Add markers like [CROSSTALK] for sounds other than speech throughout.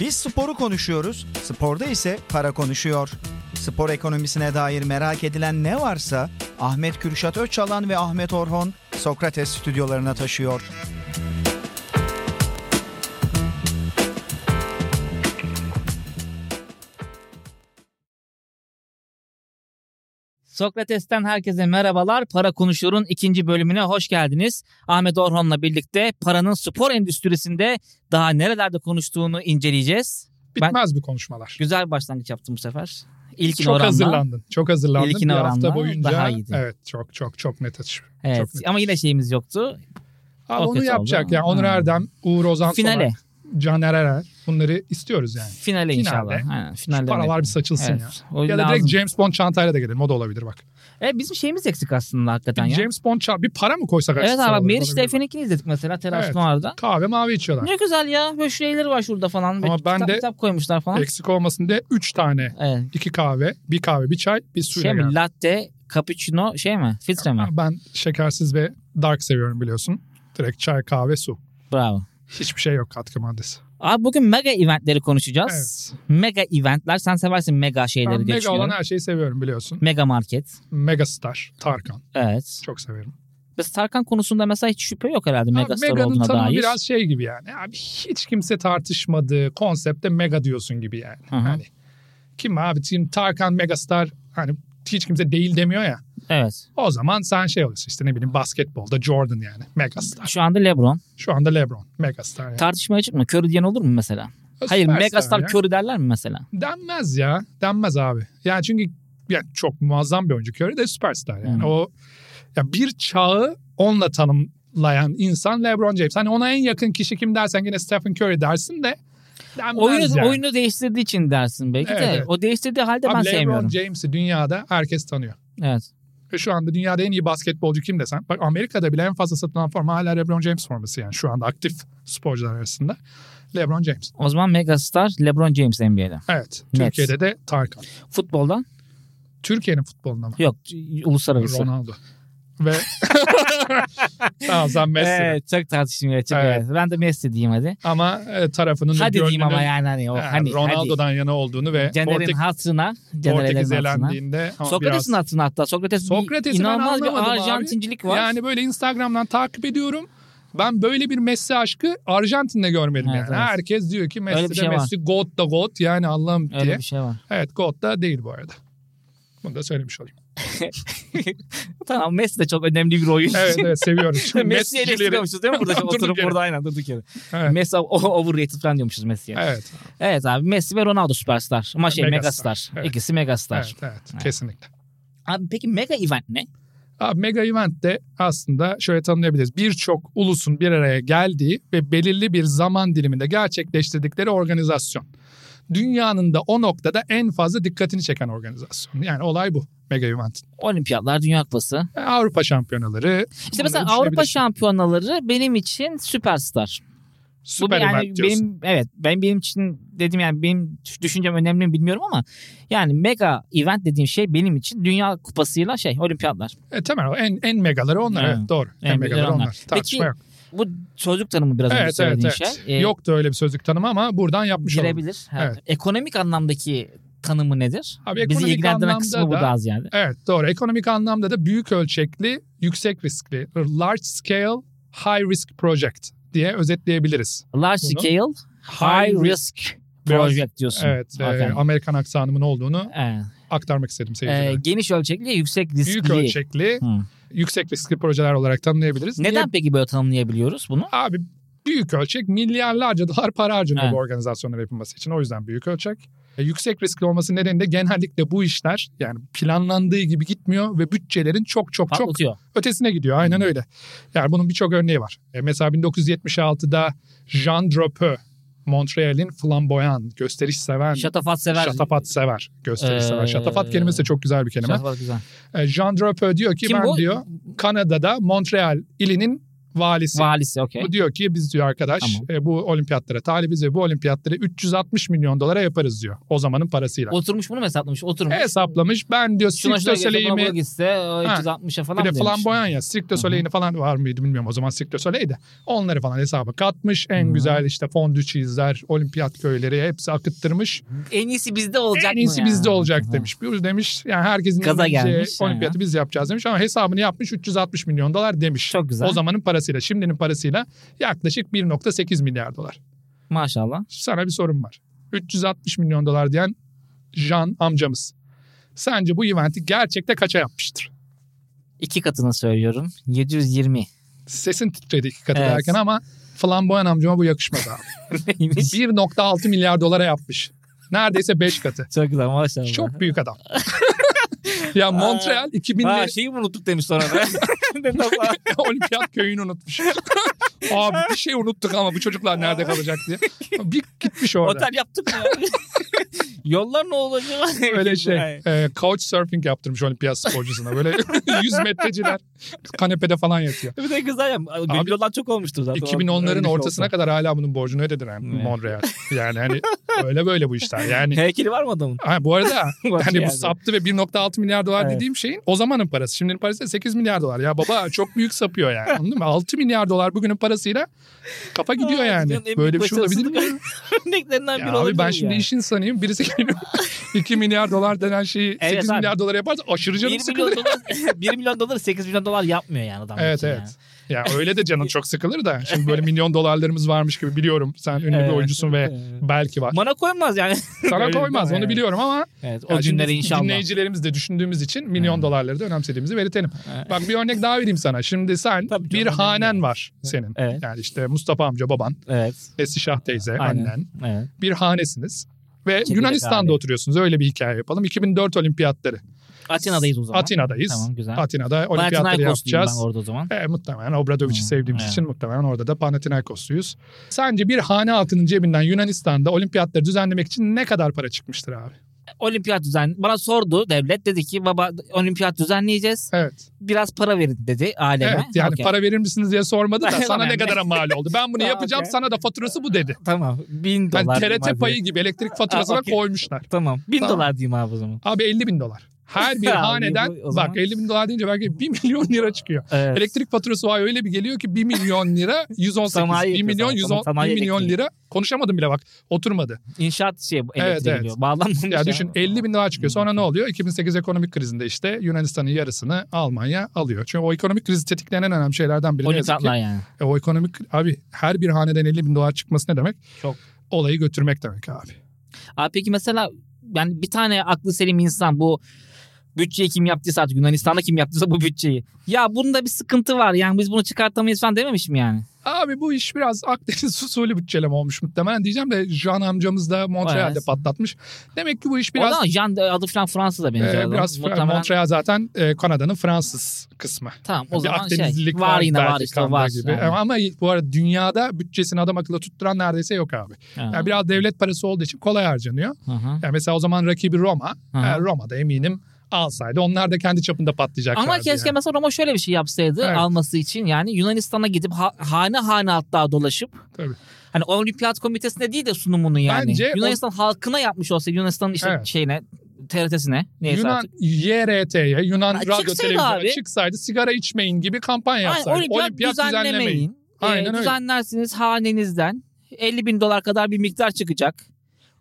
Biz sporu konuşuyoruz, sporda ise para konuşuyor. Spor ekonomisine dair merak edilen ne varsa Ahmet Kürşat Öçalan ve Ahmet Orhon Sokrates stüdyolarına taşıyor. Sokrates'ten herkese merhabalar. Para Konuşur'un ikinci bölümüne hoş geldiniz. Ahmet Orhon'la birlikte paranın spor endüstrisinde daha nerelerde konuştuğunu inceleyeceğiz. Bitmez bu konuşmalar. Güzel bir başlangıç yaptım bu sefer. İlkine çok oranla. hazırlandın. Çok hazırlandın. İlkine bir hafta oranla boyunca. daha iyiydi. Evet çok çok çok net atış. Evet. Çok net. Ama yine şeyimiz yoktu. Abi O onu kötü yapacak oldu yani. ama. Onur Ha. Erdem, Uğur Ozan Finale. Somer, Caner Erer. Bunları istiyoruz yani. Finale inşallah. Aynen, Şu finale paralar bir saçılsın Evet, ya. o Ya da lazım. direkt James Bond çantayla da gelelim. O da olabilir bak. E, bizim şeyimiz eksik aslında hakikaten ya. James Bond çanta. Bir para mı koysak? Evet açıkçası abi olabilir, Meriç olabilir. Defne'ninkini izledik mesela Teras Evet. Noir'da. Kahve mavi içiyorlar. Ne güzel ya. Böyle şeyleri var şurada falan. Ama Böyle ben kitap, de- kitap koymuşlar falan. Eksik olmasın diye 3 tane. Evet. 2 kahve, bir kahve, bir çay, bir su. Şey mi? Latte, cappuccino şey mi? Filtre mi? Ben şekersiz ve dark seviyorum biliyorsun. Direkt çay, kahve, su. Bravo. Hiçbir şey yok katkı maddesi. Abi bugün mega eventleri konuşacağız. Mega eventler. Sen seversin mega şeyleri Ben diye mega düşünüyorum. olan her şeyi seviyorum biliyorsun. Mega market. Megastar, Tarkan. Evet. Çok severim. Biz Tarkan konusunda mesela hiç şüphe yok herhalde mega Abi star Mega'nın olduğuna tanımı dair. biraz şey gibi yani. Abi hiç kimse tartışmadığı konsepte mega diyorsun gibi yani. Hı hı. Hani kim abi şimdi Tarkan Megastar hani hiç kimse değil demiyor ya. Evet. O zaman sen şey oluyorsun işte ne bileyim basketbolda Jordan yani Megastar. Şu anda LeBron. Şu anda LeBron Megastar. Yani. Tartışmaya çıkma. Curry diyen olur mu mesela? Hayır Süperstar mega star ya. Curry derler mi mesela? Denmez ya. Denmez abi. Yani çünkü yani çok muazzam bir oyuncu. Curry de süperstar yani. Hmm. O ya bir çağı onunla tanımlayan insan LeBron James. Hani ona en yakın kişi kim dersen yine Stephen Curry dersin de denmez Oyunu, yani. oyunu değiştirdiği için dersin belki de. Evet, evet. O değiştirdiği halde Abi ben LeBron sevmiyorum. James'i dünyada herkes tanıyor. Evet. Ve şu anda dünyada en iyi basketbolcu kim desen. Bak Amerika'da bile en fazla satılan forma hala LeBron James forması yani. Şu anda aktif sporcular arasında. LeBron James. O zaman megastar LeBron James NBA'de. Evet. Net. Türkiye'de de Tarkan. Futboldan? Türkiye'nin futboluna mı? Yok. Uluslararası. Ronaldo. Ve [LAUGHS] tamam sen Messi. Evet, çok tartışmıyor. Çok Evet. evet. Ben de Messi diyeyim hadi. Ama e, tarafının Hadi gönlünün diyeyim ama yani hani o e, hani Ronaldo'dan yana olduğunu ve hadi. Caner'in Portek- hatırına, Caner'in Portekiz hatırına. elendiğinde ama biraz- Sokrates'in hatırına hatta. Sokrates bir Sokrates'i ben inanılmaz anlamadım bir abi. Arjantincilik var. Yani böyle Instagram'dan takip ediyorum. Ben böyle bir Messi aşkı Arjantin'de görmedim Evet, yani. evet. Herkes diyor ki Messi Öyle de bir şey var. Messi, God da God yani Allah'ım diye. Öyle bir şey var. Evet God da değil bu arada. Bunu da [LAUGHS] söylemiş olayım. Tamam Messi de çok önemli bir oyuncu. Evet evet seviyoruz. [LAUGHS] Şimdi Messi'yi Messi'cileri- eleştiriyormuşuz değil mi? [LAUGHS] Burada Durduk oturup yere. burada aynen durduk yere. Evet. Messi o- overrated falan diyormuşuz Messi'ye. Evet. Evet, abi Messi ve Ronaldo süperstar. Ama şey Megastar. megastar. Evet. İkisi megastar. evet, evet, Evet. kesinlikle. Abi peki mega event ne? Abi mega event de aslında şöyle tanımlayabiliriz. Birçok ulusun bir araya geldiği ve belirli bir zaman diliminde gerçekleştirdikleri organizasyon. Dünyanın da o noktada en fazla dikkatini çeken organizasyon. Yani olay bu mega event. Olimpiyatlar, Dünya Kupası. E, Avrupa şampiyonaları. İşte Bunları mesela Avrupa düşünebilirsin. şampiyonaları benim için süperstar. Bu Süper yani event diyorsun. benim evet ben benim için dedim yani benim düşüncem önemli mi bilmiyorum ama yani mega event dediğim şey benim için dünya kupasıyla şey olimpiyatlar. E, tamam o en, en megaları onlar. Evet. Evet, doğru. En, En megaları megaları onlar. onlar. Tartışma Peki, Bu sözlük tanımı biraz yok. önce Evet evet söylediğin evet. şey. Ee, Yoktu öyle bir sözlük tanımı ama buradan yapmış olduk. girebilir. Ha. Evet. Ekonomik anlamdaki tanımı nedir? Abi Bizi ekonomik ilgilendiren anlamda kısmı bu da- daha ziyade. Evet doğru. Ekonomik anlamda da büyük ölçekli, yüksek riskli, large scale, high risk project diye özetleyebiliriz. Large Bunu- scale High high risk, Biraz- project diyorsun. Evet, e, Aferin. Amerikan aksanımın olduğunu Evet. aktarmak istedim Ee, seyircilere. geniş ölçekli yüksek riskli. büyük ölçekli, Hı. yüksek riskli projeler olarak tanımlayabiliriz. Neden Niye? peki böyle tanımlayabiliyoruz bunu? Abi büyük ölçek milyarlarca dolar para harcanıyor Evet. bu organizasyonların yapılması için. O yüzden büyük ölçek. E, yüksek riskli olması nedeniyle genellikle bu işler yani planlandığı gibi gitmiyor ve bütçelerin çok çok çok Patlatıyor. ötesine gidiyor. Aynen öyle. Yani bunun birçok örneği var. E, mesela 1976'da Jean Drapeau, Montreal'in flamboyan, gösteriş seven, Şatafat sever. hani şatafat sever, gösteriş Ee, sever. Şatafat kelimesi de çok güzel bir kelime. Şatafat güzel. E, Jean Drapeau diyor ki Kim ben bu? diyor Kanada'da Montreal ilinin valisi. Valisi okey. Bu diyor ki biz diyor arkadaş Tamam. e, bu olimpiyatlara talibiz ve bu olimpiyatları 360 milyon dolara yaparız diyor. O zamanın parasıyla. Oturmuş bunu mu hesaplamış? Oturmuş. E, Hesaplamış ben diyor Şuna şuna Cirque du gelse buna buna Soleil'imi gitse o 360'a falan bir de mı demiş? flamboyan ya Cirque Hı du hı. Soleil'ini falan var mıydı bilmiyorum o zaman Cirque du Soleil'de. Onları falan hesaba katmış. En Hı hı. güzel işte fondü çizler, olimpiyat köyleri hepsi akıttırmış. En iyisi bizde olacak en iyisi mı ya? bizde olacak Hı. demiş. Bir demiş yani herkesin Gaza yapabileceği gelmiş, ha. olimpiyatı biz yapacağız demiş ama hesabını yapmış 360 milyon dolar demiş. Çok güzel. O zamanın parasıyla şimdinin parasıyla yaklaşık 1.8 milyar dolar. Maşallah. sana bir sorum var. 360 milyon dolar diyen Jean amcamız. Sence bu eventi gerçekte kaça yapmıştır? İki katını söylüyorum. [LAUGHS] 720. Sesin titredi iki katı Evet. derken ama flamboyan amcama bu yakışmadı [LAUGHS] abi. Neymiş? 1.6 milyar dolara yapmış. Neredeyse 5 katı. Çok güzel maşallah. Çok büyük adam. [LAUGHS] ya Montreal 2000'li Ha şeyi mi unuttuk demiş sonra [LAUGHS] da. [LAUGHS] Dedim ama. olimpiyat köyünü [LAUGHS] unutmuş. Abi bir şey unuttuk ama bu çocuklar nerede kalacak diye. Bir gitmiş orada. Otel yaptık mı? [LAUGHS] ya? Yollar ne olacak? [LAUGHS] Öyle şey. E, couch surfing yaptırmış olimpiyat sporcusuna. Böyle [LAUGHS] 100 metreciler kanepede falan yatıyor. Bir de güzel ya. Benim Abi, yollar çok olmuştur zaten. 2010'ların Öyle bir şey ortasına olsa. kadar hala bunun borcunu ödedin yani Evet. Monreal. Yani hani öyle böyle bu işler. Yani Heykeli var mı adamın? [LAUGHS] ha, bu arada Başı hani bu yerde. saptı ve 1.6 milyar dolar Evet. dediğim şeyin o zamanın parası. Şimdinin parası da 8 milyar dolar. Ya baba çok büyük sapıyor yani. Anladın mı? 6 milyar dolar bugünün parasıyla kafa gidiyor Aa, yani. dünyanın en Böyle bir büyük şey olabilir [LAUGHS] mi? başarısızlık Örneklerinden biri Ya olabilir abi ben mi şimdi yani? iş insanıyım. Birisi [LAUGHS] geliyor 2 milyar dolar denen şeyi 8 Evet abi. milyar dolara yaparsa aşırı 1 canım sıkılır. milyon dolar [LAUGHS] 1 milyon dolar 8 milyon dolar yapmıyor yani adam. Evet için evet. yani. Ya öyle de canın çok sıkılır da. Şimdi [LAUGHS] böyle milyon dolarlarımız varmış gibi biliyorum. Sen ünlü Evet. bir oyuncusun ve Evet. [LAUGHS] belki var. Ee, Bana koyulmaz yani. Sana Öyle koymaz değil mi? onu biliyorum ama Evet o ya şimdi günleri inşallah. dinleyicilerimiz de düşündüğümüz için milyon Evet. dolarları da önemsediğimizi belirtelim. Evet. Bak bir örnek daha vereyim sana. Şimdi sen Tabii canım, bir önemli hanen yani. var senin. Evet. Yani işte Mustafa amca baban, Evet. Esri Şah teyze, Aynen. annen Evet. bir hanesiniz. Ve Çekirdek Yunanistan'da hane. oturuyorsunuz. Öyle bir hikaye yapalım. 2004 olimpiyatları. Atina'dayız o zaman. Atina'dayız. Tamam güzel. Atina'da olimpiyatları Panathinaikosluyum ben yapacağız. orada o zaman. E, muhtemelen Obradovic'i Hmm, sevdiğimiz evet. için muhtemelen orada da Panathinaikosluyuz. Sence bir hane halkının cebinden Yunanistan'da olimpiyatları düzenlemek için ne kadar para çıkmıştır abi? Olimpiyat düzen bana sordu devlet dedi ki baba olimpiyat düzenleyeceğiz. Evet. Biraz para verin dedi aileme. Evet yani Okey. para verir misiniz [LAUGHS] diye sormadı da Tamam, sana ne yani. kadara mal oldu. Ben [LAUGHS] bunu Tamam, yapacağım okey. sana da faturası bu dedi. Tamam. Bin Ben dolar. diyeyim abi. TRT payı gibi [LAUGHS] elektrik faturasına Aa, okey. koymuşlar. Tamam. Bin Tamam. dolar diyeyim abi o zaman. Abi 50 bin dolar. Her [LAUGHS] bir Abi, haneden bu- o zaman- bak 50 bin dolar deyince belki 1 milyon lira çıkıyor. Evet. Elektrik faturası var öyle bir geliyor ki 1 milyon lira 118. Sanayi 1 milyon yapıyor sana, 110 sanayi 1 milyon elektriği. lira konuşamadım bile bak oturmadı. İnşaat şey elektriği Evet, evet. geliyor. Bağlanmamış. Ya düşün 50 bin dolar çıkıyor. Sonra ne oluyor? 2008 ekonomik krizinde işte Yunanistan'ın yarısını Almanya alıyor. Çünkü o ekonomik krizi tetiklenen en önemli şeylerden biri. ne yazık ki. Olimpiyatlar yani. E, o ekonomik abi her bir haneden 50 bin dolar çıkması ne demek? Çok. Olayı götürmek demek abi. Abi peki mesela yani bir tane aklı selim insan bu bütçeyi kim yaptıysa artık Yunanistan'da kim yaptıysa bu bütçeyi. Ya bunda bir sıkıntı var yani biz bunu çıkartamayız falan dememiş mi yani? Abi bu iş biraz [LAUGHS] Akdeniz usulü bütçeleme olmuş muhtemelen diyeceğim de Jean amcamız da Montreal'de Evet. patlatmış. Demek ki bu iş Biraz, biraz o da Jean de- adı falan Fransız'a e, benziyor. adam. biraz Fra- Muhtemelen- Montreal zaten e, Kanada'nın Fransız kısmı. Tamam o bir zaman şey Akdenizlilik var yine var belki işte kanda var. gibi. Yani. Ama bu arada dünyada bütçesini adam akıllı tutturan neredeyse yok abi. Ha. Yani biraz devlet parası olduğu için kolay harcanıyor. Hı hı. Yani mesela o zaman rakibi Roma. Hı hı. E, Roma'da eminim alsaydı onlar da kendi çapında patlayacaklardı. Ama keşke yani. mesela Roma şöyle bir şey yapsaydı Evet. alması için yani Yunanistan'a gidip ha- hane hane hatta dolaşıp Tabii. hani olimpiyat komitesine değil de sunumunu yani Bence o- Yunanistan halkına yapmış olsaydı Yunanistan'ın işte Evet. şeyine TRT'sine neyse Yunan artık. YRT'ye, Yunan Ha, Radyo çıksaydı Televizyonu abi. çıksaydı sigara içmeyin gibi kampanya Aynen, yapsaydı. olimpiyat, düzenlemeyin. Ee, Aynen öyle. Düzenlersiniz hanenizden 50 bin dolar kadar bir miktar çıkacak.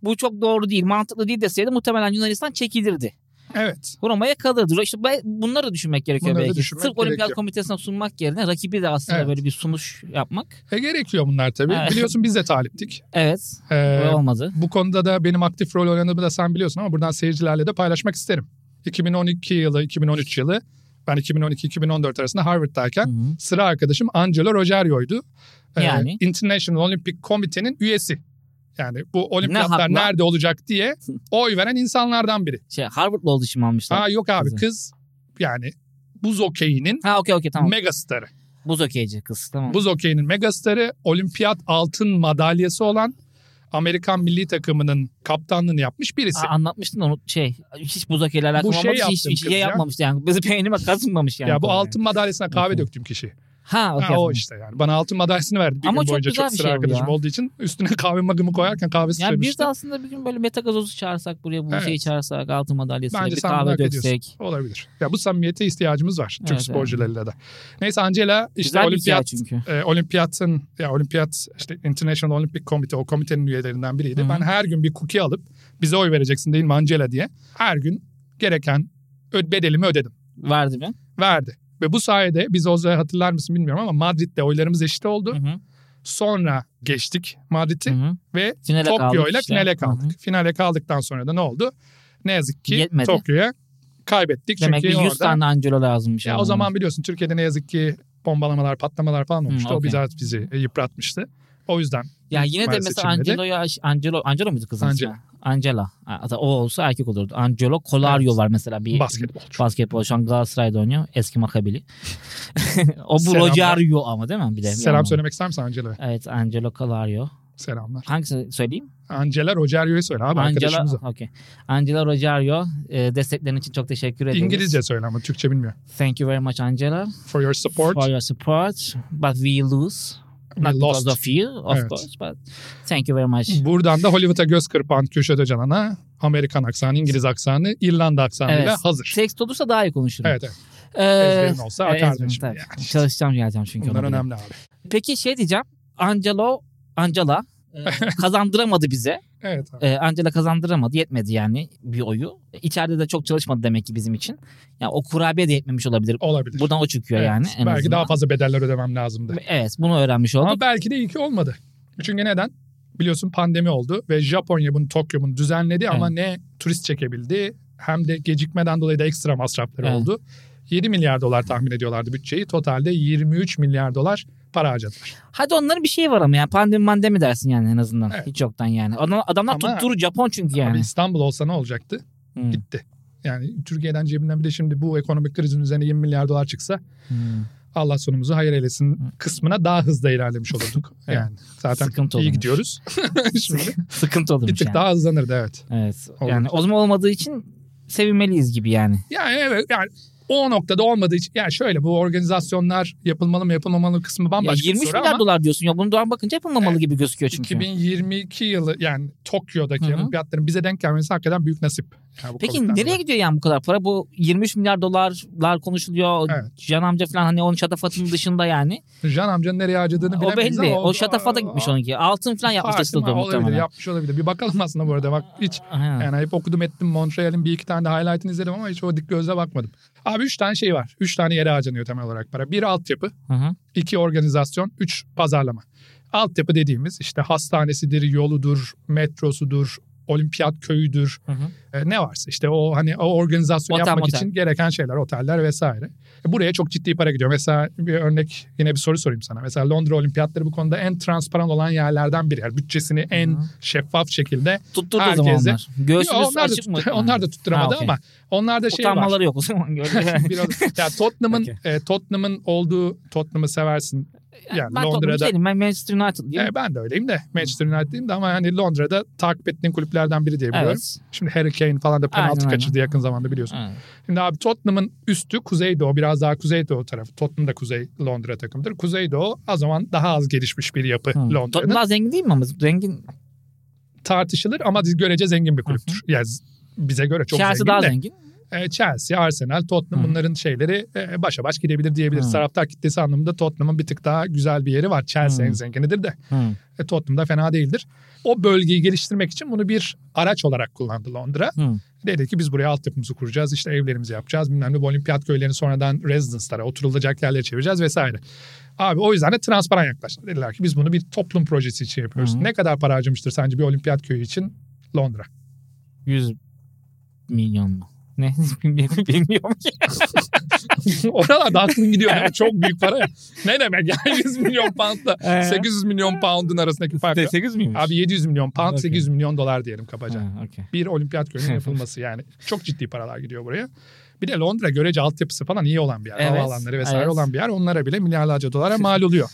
Bu çok doğru değil, mantıklı değil deseydi muhtemelen Yunanistan çekilirdi. Evet. Roma'ya kalırdı. İşte be- bunları da düşünmek gerekiyor Bunları da belki. düşünmek Sırf Olimpiyat gerekiyor. Komitesi'ne sunmak yerine rakibi de aslında Evet. böyle bir sunuş yapmak. E, gerekiyor bunlar tabii. Evet. Biliyorsun biz de taliptik. Evet, Ee, o olmadı. bu konuda da benim aktif rol oynadığımı da sen biliyorsun ama buradan seyircilerle de paylaşmak isterim. 2012 yılı, 2013 yılı ben 2012-2014 arasında Harvard'dayken Hı-hı. sıra arkadaşım Angelo Rogerio'ydu. Ee, Yani? International Olympic Committee'nin üyesi. Yani bu olimpiyatlar hakla? nerede olacak [LAUGHS] diye oy veren insanlardan biri. Şey, Harvard'lı olduğu için mi almışlar? Aa yok abi Kızı. kız yani buz okeyinin Ha okey okey tamam. mega starı. Buz okeyci kız tamam. Buz okeyinin mega starı olimpiyat altın madalyası olan Amerikan milli takımının kaptanlığını yapmış birisi. Aa, anlatmıştın onu şey hiç buz okeyle alakalı Bu şey olmamış hiç, yaptım hiç kız şey ya. yapmamıştı yani. Bizi peynime kazınmamış yani. ya bu kolay. altın madalyasına kahve Okey. döktüm kişi. Ha, okey. Ha, o tamam. işte yani. Bana altın madalyasını verdi bir Ama gün çok boyunca güzel çok bir sıra şey bu arkadaşım ya. olduğu için. Üstüne kahve magımı koyarken kahvesi Yani bir de söylemiştim. aslında bir gün böyle metagazozu çağırsak buraya bu Evet. şeyi çağırsak altın madalyasıyla Bence bir sen bunu kahve hak ediyorsun. döksek. Olabilir. Ya bu samimiyete ihtiyacımız var. Türk Evet, sporcularıyla da. Neyse Angela işte Güzel bir hikaye olimpiyat çünkü. e, olimpiyatın ya olimpiyat işte International Olympic Committee o komitenin üyelerinden biriydi. Hı hı. Ben her gün bir cookie alıp bize oy vereceksin değil mi Angela diye. Her gün gereken ö- bedelimi ödedim. Verdi mi? Verdi. Ve bu sayede biz o zaman hatırlar mısın bilmiyorum ama Madrid'de oylarımız eşit oldu. Hı hı. Sonra geçtik Madrid'i Hı hı. ve Finale Tokyo kaldık ile işte. finale Hı kaldık. hı. Finale kaldıktan sonra da ne oldu? Ne yazık ki Yetmedi. Tokyo'ya kaybettik. Demek ki Çünkü 100 orada tane Angelo lazımmış. ya yani. o zaman biliyorsun Türkiye'de ne yazık ki bombalamalar, patlamalar falan olmuştu. O Hmm, okey. biraz bizi yıpratmıştı. O yüzden Ya yine de ihtimal mesela seçilmedi. Angelo'ya Angelo Angelo muydu kızın Angela. ismi? Angela. Ha, O olsa erkek olurdu. Angelo Colario Evet. var mesela bir basketbolcu. basketbol şu an Galatasaray'da oynuyor. Eski makabili. [LAUGHS] o bu Selamlar. Rogerio ama değil mi? Bir de bir Selam anlamda. söylemek ister misin Angela'ya? Evet Angelo Colario. Selamlar. Hangisini söyleyeyim? Angela Rogerio'yu söyle abi Angela, arkadaşımıza. okay. Angela Rogerio e, desteklerin için çok teşekkür ederiz. İngilizce söyle ama Türkçe bilmiyor. Thank you very much Angela For your support, for your support. But we lose. we Not lost. because of you of Evet. course but thank you very much. Buradan da Hollywood'a göz kırpan Köşede Canan'a Amerikan aksanı, İngiliz aksanı, İrlanda aksanıyla Evet. hazır. Seks olursa daha iyi konuşurum. Evet evet. Ee, Ezberin olsa evet, akardı ezberim, şimdi. tabii. Yani işte. Çalışacağım geleceğim çünkü. Bunlar ona bile. önemli abi. Peki şey diyeceğim. Angelo, Angela [LAUGHS] e, kazandıramadı bize. Evet abi. E, Angela kazandıramadı. Yetmedi yani bir oyu. İçeride de çok çalışmadı demek ki bizim için. Yani o kurabiye de yetmemiş olabilir. Olabilir. Buradan o çıkıyor Evet, yani. En belki azından. daha fazla bedeller ödemem lazımdı. Evet bunu öğrenmiş olduk. Ama belki de iyi ki olmadı. Çünkü neden? Biliyorsun pandemi oldu ve Japonya bunu Tokyo bunu düzenledi ama ne turist çekebildi hem de gecikmeden dolayı da ekstra masrafları Evet. oldu. 7 milyar dolar tahmin ediyorlardı bütçeyi. Totalde 23 milyar dolar para harcadılar. Hadi onların bir şeyi var ama yani pandemi mandemi dersin yani en azından. Evet. Hiç yoktan yani. Adam, adamlar Ama- tutturu Japon çünkü Abi yani. İstanbul olsa ne olacaktı? Hmm, Gitti. Yani Türkiye'den cebinden bir de şimdi bu ekonomik krizin üzerine 20 milyar dolar çıksa hmm. Allah sonumuzu hayır eylesin Hı. kısmına daha hızlı ilerlemiş olurduk. [LAUGHS] Evet. Yani zaten Sıkıntı iyi olurmuş. gidiyoruz. [LAUGHS] şimdi Sıkıntı bir olurmuş tık yani. daha hızlanırdı evet. Evet. Olur. Yani o zaman olmadığı için sevinmeliyiz gibi yani. Yani evet yani o noktada olmadığı için yani şöyle bu organizasyonlar yapılmalı mı yapılmamalı kısmı Ya bambaşka 23 bir soru milyar ama dolar diyorsun ya bunu doğan bakınca yapılmamalı Evet. gibi gözüküyor çünkü. 2022 yılı yani Tokyo'daki Hı hı. olimpiyatların bize denk gelmesi hakikaten büyük nasip. Yani bu Peki Covid'den nereye dolayı. gidiyor yani bu kadar para? Bu 23 milyar dolarlar konuşuluyor. Evet. Can amca falan hani onun şatafatının dışında yani. Can amcanın nereye harcadığını o bilemeyiz belli. ama O şatafata gitmiş onunki. Altın falan yapmış Parti açıldı mi? Olabilir muhtemelen. yapmış olabilir. Bir bakalım aslında bu arada bak hiç Aynen. yani hep okudum ettim Montreal'in bir iki tane de highlight'ını izledim ama hiç o dik gözle bakmadım. Abi üç tane şey var. Üç tane yere harcanıyor temel olarak para. Bir altyapı. Hı hı. İki organizasyon, üç pazarlama. Altyapı dediğimiz işte hastanesidir, yoludur, metrosudur, olimpiyat köyüdür, Hı hı. e, ne varsa işte o hani o organizasyon Otel, yapmak motel. için gereken şeyler, oteller vesaire. E, buraya çok ciddi para gidiyor. Mesela bir örnek yine bir soru sorayım sana. Mesela Londra Olimpiyatları bu konuda en transparan olan yerlerden biri. Yani bütçesini en Hı. şeffaf şekilde. Tutturdu o Herkese- zaman onlar. Göğsümüz Yo, onlar, da açık mı? tut- [LAUGHS] onlar da tutturamadı Ha, okey. ama onlar da şey var. Utanmaları yok o zaman. Gördün mü? [LAUGHS] Biraz, ya Tottenham'ın Okey. e, Tottenham'ın olduğu Tottenham'ı seversin. [LAUGHS] Yani ben Londra'da... Londra'da değilim. Ben Manchester United'lıyım. E, ben de öyleyim de Manchester United'liyim de ama hani Londra'da takip ettiğin kulüplerden biri diye biliyorum. Evet. Şimdi Harry Kane falan da penaltı Aynen, aynen. kaçırdı yakın zamanda biliyorsun. Evet. Şimdi abi Tottenham'ın üstü Kuzeydoğu biraz daha Kuzeydoğu tarafı. Tottenham da Kuzey Londra takımıdır. Kuzeydoğu o zaman daha az gelişmiş bir yapı Hı. Londra'nın. Daha zengin değil mi ama? Zengin. Tartışılır ama görece zengin bir kulüptür. Yani bize göre çok Chelsea zengin daha de. zengin. E, Chelsea, Arsenal, Tottenham Hı. bunların şeyleri e, başa baş gidebilir diyebiliriz. Hı. Taraftar kitlesi anlamında Tottenham'ın bir tık daha güzel bir yeri var. Chelsea Hı. en zenginidir de. Hı. E, Tottenham da fena değildir. O bölgeyi geliştirmek için bunu bir araç olarak kullandı Londra. Hı. Dedi ki biz buraya altyapımızı kuracağız, işte evlerimizi yapacağız, bilmem ne bu olimpiyat köylerini sonradan residence'lara, oturulacak yerlere çevireceğiz vesaire. Abi o yüzden de transparan yaklaştılar. Dediler ki biz bunu bir toplum projesi için yapıyoruz. Hı hı. Ne kadar para harcamıştır sence bir olimpiyat köyü için Londra? 100 milyon mu? [LAUGHS] Ne bilmiyorum ki. [LAUGHS] Oralarda aklın gidiyor. değil mi? Çok büyük para ya. [LAUGHS] Ne demek yani 100 milyon poundla Ee? 800 milyon poundun arasındaki fark. ya. 8 miymiş? Abi 700 milyon pound, Okey. 800 milyon dolar diyelim kabaca. Ha, okey. bir olimpiyat [LAUGHS] köyünün yapılması yani. Çok ciddi paralar gidiyor buraya. Bir de Londra görece altyapısı falan iyi olan bir yer. Evet, Havaalanları vesaire evet. olan bir yer. Onlara bile [LAUGHS] milyarlarca dolara mal oluyor.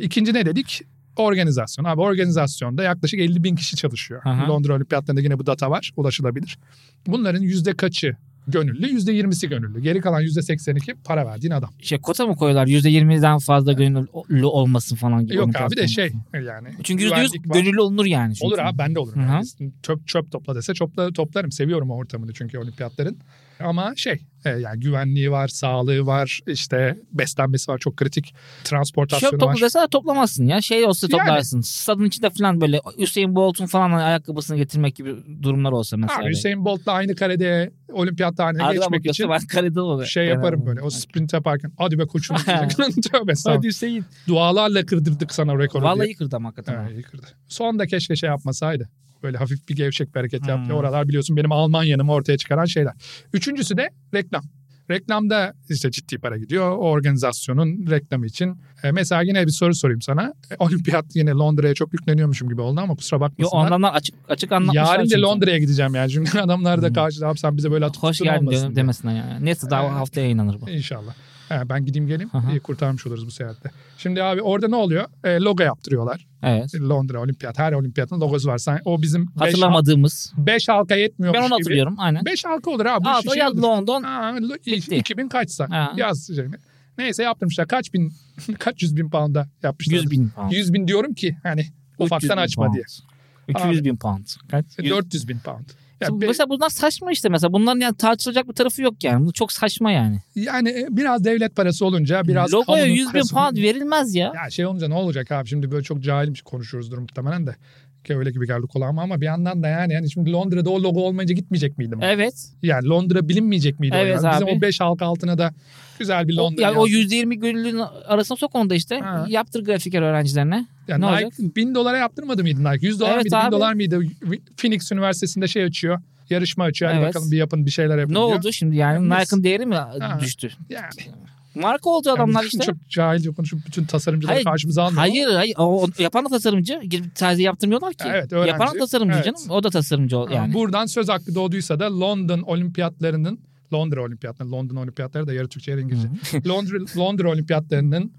İkinci ne dedik? Organizasyon. Abi organizasyonda yaklaşık 50 bin kişi çalışıyor. Aha. Londra olimpiyatlarında yine bu data var. Ulaşılabilir. Bunların yüzde kaçı gönüllü, %20'si gönüllü. Geri kalan %82 para verdiğin adam. Şey kota mı koyuyorlar? %20'den fazla gönüllü olmasın falan gibi. Yok Onu abi de kastediyorum. şey yani. Çünkü güvenlik %100 var. gönüllü olunur yani. çünkü. Olur abi ben de olurum. Hı hı. Yani. Çöp, çöp topla dese çopla, toplarım. Seviyorum o ortamını çünkü olimpiyatların. Ama şey e, yani güvenliği var, sağlığı var, işte beslenmesi var çok kritik. Transportasyonu Çöp var. toplu dese de Şey toplamazsın ya. Şey olsa Yani. toplarsın. Stadın içinde falan böyle Hüseyin Bolt'un falan hani ayakkabısını getirmek gibi durumlar olsa mesela. Abi Hüseyin Bolt'la aynı karede olimpiyat tarihine Arkadan geçmek bakıyorsa için ben karede olurum. şey Yani. yaparım böyle. O sprint yaparken hadi be koçum. [LAUGHS] diyecek. [LAUGHS] Tövbe estağfurullah. Hadi Hüseyin. Dualarla kırdırdık sana rekoru diye. Vallahi kırdım hakikaten. Ha, iyi kırdı. Son da keşke şey yapmasaydı. Böyle hafif bir gevşek bir hareket yaptı. Hmm. Oralar biliyorsun benim Almanya'nımı ortaya çıkaran şeyler. Üçüncüsü de reklam. Reklamda işte ciddi para gidiyor. O organizasyonun reklamı için. E, mesela yine bir soru sorayım sana. E, olimpiyat yine Londra'ya çok yükleniyormuşum gibi oldu ama kusura Yo, bakmasınlar. ondan açık açık anlatmışlar. Yarın çünkü. da Londra'ya gideceğim yani. Çünkü [LAUGHS] adamlar da Hmm. karşıda abi sen bize böyle atıp Hoş tutun geldin olmasın diyorum diye." demesine yani. Neyse daha Evet. haftaya yayınlanır bu. İnşallah. Ha, ben gideyim geleyim. Aha. İyi, kurtarmış oluruz bu seyahatte. Şimdi abi orada ne oluyor? E, logo yaptırıyorlar. Evet. Londra Olimpiyat. Her olimpiyatın logosu var. Sen, o bizim 5 Hatırlamadığımız. halka yetmiyormuş Ben onu gibi. hatırlıyorum aynen. 5 halka olur abi. Bu şey Altı şişe yaz olur. London. Aa, lo- Bitti. 2000 kaçsa Ha. yaz şeyini. Neyse yaptırmışlar. Kaç bin, [LAUGHS] kaç yüz bin pound'a yapmışlar. 100 bin pound. 100 bin diyorum ki hani ufaktan 300 bin açma pound. diye. 300 bin pound. Kaç? 400 bin pound. Ya Şimdi be- mesela bunlar saçma işte mesela. Bunların yani tartışılacak bir tarafı yok yani. Bu çok saçma yani. yani e, biraz devlet parası olunca biraz Logoya kamunun 100 bin parası pound olunca- verilmez ya. Ya şey olunca ne olacak abi şimdi böyle çok cahilmiş konuşuyoruzdur muhtemelen de. Ki öyle gibi geldi kulağıma ama bir yandan da yani, yani şimdi Londra'da o logo olmayınca gitmeyecek miydim? Evet. Yani Londra bilinmeyecek miydi? o Evet yani? Bizim abi. o 5 halka altına da güzel bir O, Londra. yani Yani, o %20 gönüllünün arasına sok onu da işte. Ha. Yaptır grafiker öğrencilerine. yani ne Nike olacak? 1000 dolara yaptırmadı mıydı Nike? 100 dolar Evet mıydı? 1000 abi. dolar mıydı? Phoenix Üniversitesi'nde şey açıyor. Yarışma açıyor. Hadi Evet. bakalım bir yapın bir şeyler yapın Ne diyor. oldu şimdi yani? Biz- Nike'ın değeri mi Ha. düştü? Yani, Marka oldu [LAUGHS] adamlar yani işte. Çok cahilce konuşup bütün tasarımcıları Hayır, karşımıza almıyor. Hayır hayır. O, o- yapan da tasarımcı. Gidip Sadece yaptırmıyorlar ki. Evet, öğrenci. Yapan da tasarımcı Evet. canım. O da tasarımcı ol- Ama yani. Buradan söz hakkı doğduysa da London olimpiyatlarının Londra olimpiyatları, London olimpiyatları da yarı Türkçe yarı İngilizce. [LAUGHS] Londra, Londra olimpiyatlarının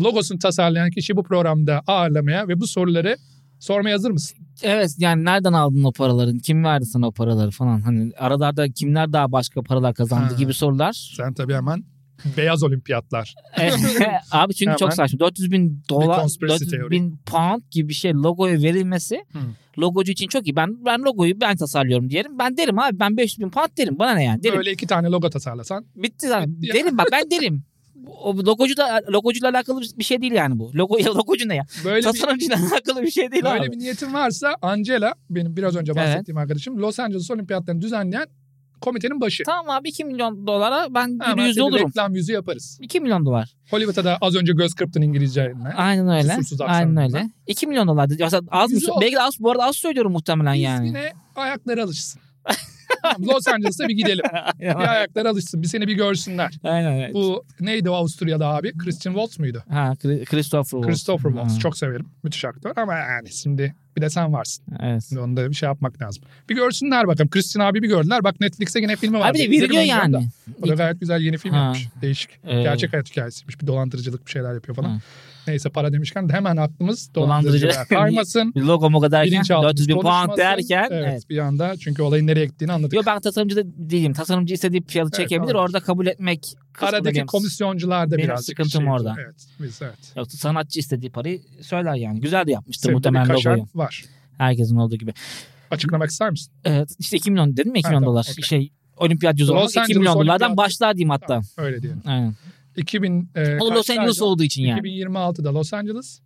logosunu tasarlayan kişi bu programda ağırlamaya ve bu soruları sormaya hazır mısın? Evet yani nereden aldın o paraları? Kim verdi sana o paraları falan? Hani aralarda kimler daha başka paralar kazandı Ha. gibi sorular. E, Sen tabii hemen beyaz olimpiyatlar. [LAUGHS] Abi çünkü Hemen. çok saçma. 400 bin dolar, conspiracy 400 teori. bin pound gibi bir şey logoya verilmesi Hı. logocu için çok iyi. Ben ben logoyu ben tasarlıyorum diyelim. Ben derim abi ben 500 bin pound derim. Bana ne yani derim. Böyle iki tane logo tasarlasan. Bitti zaten. Bitti ya. Derim bak ben derim. O logocu da logocuyla alakalı bir şey değil yani bu. Logo logocu ne ya? Böyle bir, Tasarımcıyla [LAUGHS] alakalı bir şey değil böyle abi. bir niyetin varsa Angela benim biraz önce bahsettiğim arkadaşım Los Angeles olimpiyatlarını düzenleyen komitenin başı. Tamam abi 2 milyon dolara ben Hemen gülü yüzlü seni olurum. Reklam yüzü yaparız. 2 milyon dolar. Hollywood'a da az önce göz kırptın İngilizce yayınına. Aynen öyle. Kusursuz Aynen aksanımla. öyle. 2 milyon dolar. dedi. Aslında az mı? Yüzü sö- Belki de az. Bu arada az söylüyorum muhtemelen Biz yani. yine ayaklara alışsın. Tamam, Los Angeles'a bir gidelim. [LAUGHS] Bir Aynen ayaklara alışsın. Bir seni bir görsünler. öyle. Bu neydi o Avusturya'da abi? Christian Waltz muydu? Ha, Chri- Christopher Walken. Christopher Waltz. Ha, Çok severim. Müthiş aktör ama yani şimdi bir de sen varsın. Evet. Şimdi Onu da bir şey yapmak lazım. Bir görsünler bakalım. Christian abi bir gördüler. Bak Netflix'te yine filmi var. Abi de İzledim veriliyor onu ben de. yani. O da gayet güzel yeni film Ha. yapmış. Değişik. Ee, Gerçek hayat hikayesiymiş. Bir dolandırıcılık bir şeyler yapıyor falan. Ha. Neyse para demişken de hemen aklımız Dolandırıcı. dolandırıcılığa kaymasın. Bir logo mogo [LAUGHS] derken Bilinçaltımız 400 bin pound konuşmasın. derken. Evet, Evet. bir anda çünkü olayın nereye gittiğini anladık. Yo ben tasarımcı da değilim. Tasarımcı istediği fiyatı Evet, çekebilir. tamam. Orada kabul etmek kısmı da Aradaki benim- komisyoncular da benim birazcık sıkıntım şey- orada. Evet, biz evet. Yoksa sanatçı istediği parayı söyler yani. Güzel de yapmıştır Senin de muhtemelen bir kaşar logoyu. var. Herkesin olduğu gibi. Açıklamak ister misin? Evet, işte 2 milyon dedim mi? 2 Ha, milyon tamam, dolar. okey. Şey olimpiyat yüzü Los olarak 2 Angeles milyon dolardan olimpiyatı. başlar diyeyim hatta. Öyle diyelim. Aynen. 2000 e, O da Los kaçtaydı? Angeles olduğu için yani. 2026'da Los Angeles.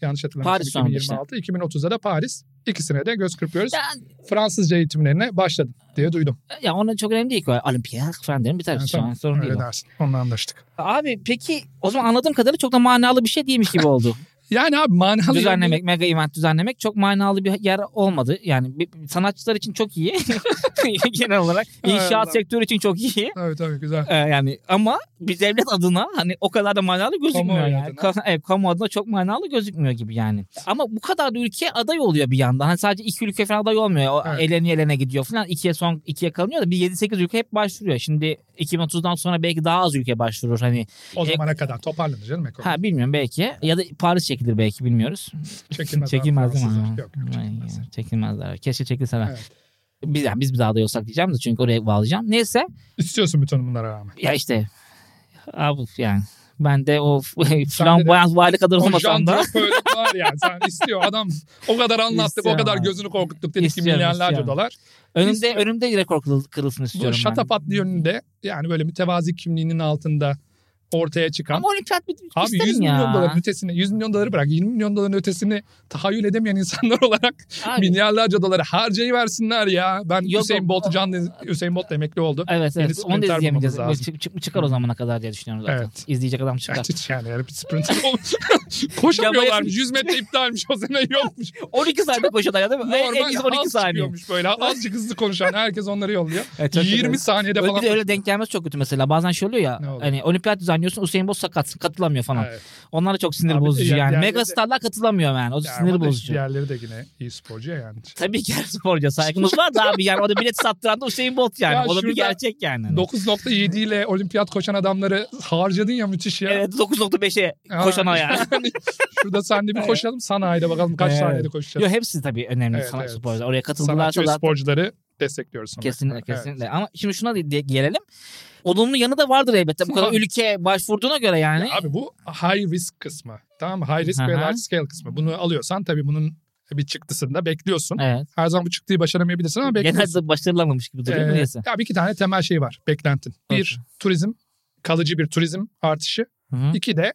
Yanlış hatırlamıyorsam Paris sonunda 2026. 2030'da da Paris. İkisine de göz kırpıyoruz. Ya, Fransızca eğitimlerine başladım diye duydum. ya ona çok önemli değil ki. Olimpiyat falan derim biter. Yani Şu an tamam, şey sorun değil. Öyle o. dersin. Onunla anlaştık. Abi peki o zaman anladığım kadarıyla çok da manalı bir şey değilmiş gibi [LAUGHS] oldu. Yani abi manalı düzenlemek, mega event düzenlemek çok manalı bir yer olmadı. Yani bir- sanatçılar için çok iyi. [LAUGHS] Genel olarak. Hay inşaat Allah. sektörü için çok iyi. Tabii tabii güzel. Ee, yani ama bir devlet adına hani o kadar da manalı gözükmüyor Kamuoyu yani. adına. Ka- evet, kamu adına çok manalı gözükmüyor gibi yani. Ama bu kadar da ülke aday oluyor bir yandan. Hani sadece iki ülke falan aday olmuyor. O Evet. eleni elene gidiyor falan. İkiye son ikiye kalınıyor da bir 7-8 ülke hep başvuruyor. Şimdi 2030'dan sonra belki daha az ülke başvurur. Hani O zamana kadar toparlanır canım ekonomi. ha bilmiyorum belki ya da Paris çekilir belki bilmiyoruz. Çekilmez. abi Çekilmez değil mi? Fransızlar. Ha. Yok yok Vay çekilmez. ya, Çekilmezler. Keşke çekilseler. Evet. Biz, yani biz bir daha da yasaklayacağım da çünkü oraya bağlayacağım. Neyse İstiyorsun bütün bunlara rağmen. ya işte abi yani ben de o [LAUGHS] de- flamboyant vali kadar O Jean olmasam da Drapeau'luk var yani. Sen istiyor adam o kadar anlattık o İstiyor kadar abi. gözünü korkuttuk dedik ki İstiyor, milyarlarca istiyor. dolar. önümde önümde rekor kırıl- kırılsın Bu istiyorum ben. şatafatlı yönünde yani böyle mütevazi kimliğinin altında ortaya çıkan. Ama olimpiyat bitmek Abi 100 isterim ya. milyon doların ötesini 100 milyon doları bırak 20 milyon doların ötesini tahayyül edemeyen insanlar [LAUGHS] olarak Abi, milyarlarca doları harcayıversinler ya. Ben Yok, Hüseyin Bolt'u can Hüseyin Bolt da emekli oldu. [LAUGHS] Evet evet Yeni onu sprinter da izleyemeyeceğiz. bulmamız lazım. Çık, çık- çıkar o zamana kadar diye düşünüyorum zaten. Evet. İzleyecek adam çıkar. Yani yani bir sprinter [LAUGHS] koşamıyorlarmış. 100 metre iptalmiş [LAUGHS] o sene yokmuş. 12 saniye koşuyor ya değil mi? En- en [LAUGHS] Normal az az 12 saniye. E, çıkıyormuş böyle. Azıcık hızlı konuşan herkes [LAUGHS] onları yolluyor. Evet, çok 20 kötü. saniyede Öyle, falan. bir de öyle denk gelmesi çok kötü mesela. Bazen şey oluyor ya. Ne oluyor? Hani olimpiyat düzenliyorsun Usain Bolt sakat katılamıyor falan. Evet. Onlar da çok sinir Abi, bozucu yani- yani. yani- Mega starlar katılamıyor yani. O da Ya sinir ama da bozucu. Diğerleri de yine iyi sporcu ya yani. Tabii ki her sporcuya saygımız var da abi yani o da bilet sattıran da Usain Bolt yani. Ya o da bir şurada gerçek yani. 9.7 ile olimpiyat koşan adamları harcadın ya müthiş ya. Evet 9.5'e Ha, koşan [LAUGHS] ayağı. yani Şurada sen de bir koşalım sanayide bakalım kaç Evet. saniyede Yo koşacağız. hepsi tabii önemli Evet, sanat evet. sporcular. Oraya Sanatçı katıldılarsa ve da sporcuları destekliyoruz. sonuna kesinlikle kadar. Evet. kesinlikle. Ama şimdi şuna da de- gelelim. Olumlu yanı da vardır elbette. Bu [LAUGHS] kadar ülke başvurduğuna göre yani. Abi bu high risk kısmı. Tamam mı? High risk ve Aha. large scale kısmı. Bunu alıyorsan tabii bunun bir çıktısında bekliyorsun. Evet. Her zaman bu çıktıyı başaramayabilirsin ama bekliyorsun. Genelde başarılamamış gibi duruyor. Ee, Neyse. abi iki tane temel şey var beklentin. Bir turizm, kalıcı bir turizm artışı. Hı hı. İki de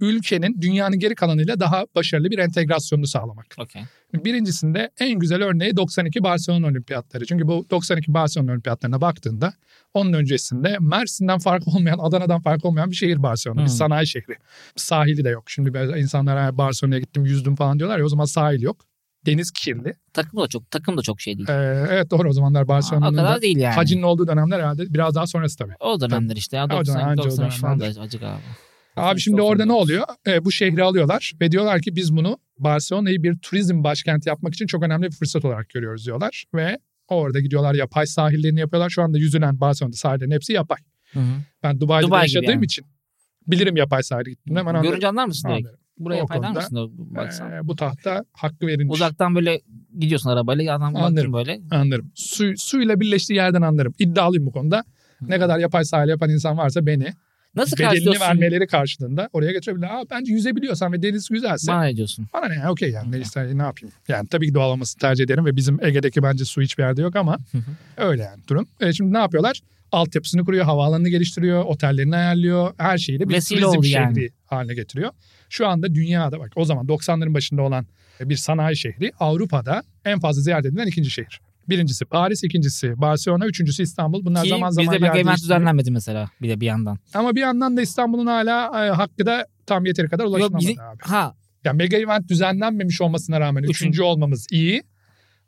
ülkenin dünyanın geri kalanıyla daha başarılı bir entegrasyonunu sağlamak. Okey. Birincisinde en güzel örneği 92 Barcelona Olimpiyatları. Çünkü bu 92 Barcelona Olimpiyatlarına baktığında onun öncesinde Mersin'den farkı olmayan, Adana'dan farkı olmayan bir şehir Barcelona. Bir Hmm. sanayi şehri. Sahili de yok. Şimdi biraz insanlar "Ha, Barcelona'ya gittim yüzdüm falan diyorlar ya o zaman sahil yok. Deniz kirli. Takım da çok takım da çok şey değil. Ee, evet doğru o zamanlar o Barcelona'nın da kadar değil yani. hacinin olduğu dönemler herhalde biraz daha sonrası tabii. O dönemler işte. Ya, Ha, o 90, dönem, anca o 93 falan da acık abi. Abi şimdi 90, orada ne oluyor? Ee, bu şehri alıyorlar ve diyorlar ki biz bunu Barcelona'yı bir turizm başkenti yapmak için çok önemli bir fırsat olarak görüyoruz diyorlar. Ve orada gidiyorlar yapay sahillerini yapıyorlar. Şu anda yüzülen Barcelona'da sahillerin hepsi yapay. Hı hı. Ben Dubai'de Dubai gibi yaşadığım yani. için bilirim yapay sahil gittim. Hemen anladım. Görünce anlar mısın direkt? Anladım. Buraya O paylar konuda, mısın? o- Baksan. Ee, bu tahta hakkı verilmiş. Uzaktan böyle gidiyorsun arabayla adam Anlarım. baktın böyle. Anlarım. Su, suyla birleştiği yerden anlarım. İddialıyım bu konuda. Ne kadar yapay sahil yapan insan varsa beni Nasıl bedelini karşılıyorsun? vermeleri karşılığında oraya götürebilir. Aa, bence yüzebiliyorsan ve deniz güzelse Bana ne diyorsun? Bana ne okey yani ne, ister, ne yapayım. Yani tabii ki doğal olmasını tercih ederim ve bizim Ege'deki bence su hiçbir yerde yok ama Hı hı. öyle yani durum. E, şimdi ne yapıyorlar? Altyapısını kuruyor, havaalanını geliştiriyor, otellerini ayarlıyor. Her şeyiyle bir Vesile turizm oldu şehri yani. haline getiriyor. Şu anda dünyada bak o zaman 90'ların başında olan bir sanayi şehri Avrupa'da en fazla ziyaret edilen ikinci şehir. Birincisi Paris, ikincisi Barcelona, üçüncüsü İstanbul. Bunlar Ki zaman zaman bizde yer mega event değiştiriyor. düzenlenmedi mesela bir de bir yandan. Ama bir yandan da İstanbul'un hala e, hakkı da tam yeteri kadar Yok, ulaşılamadı bizim- abi. ha Ya mega event düzenlenmemiş olmasına rağmen Üçün- üçüncü olmamız iyi.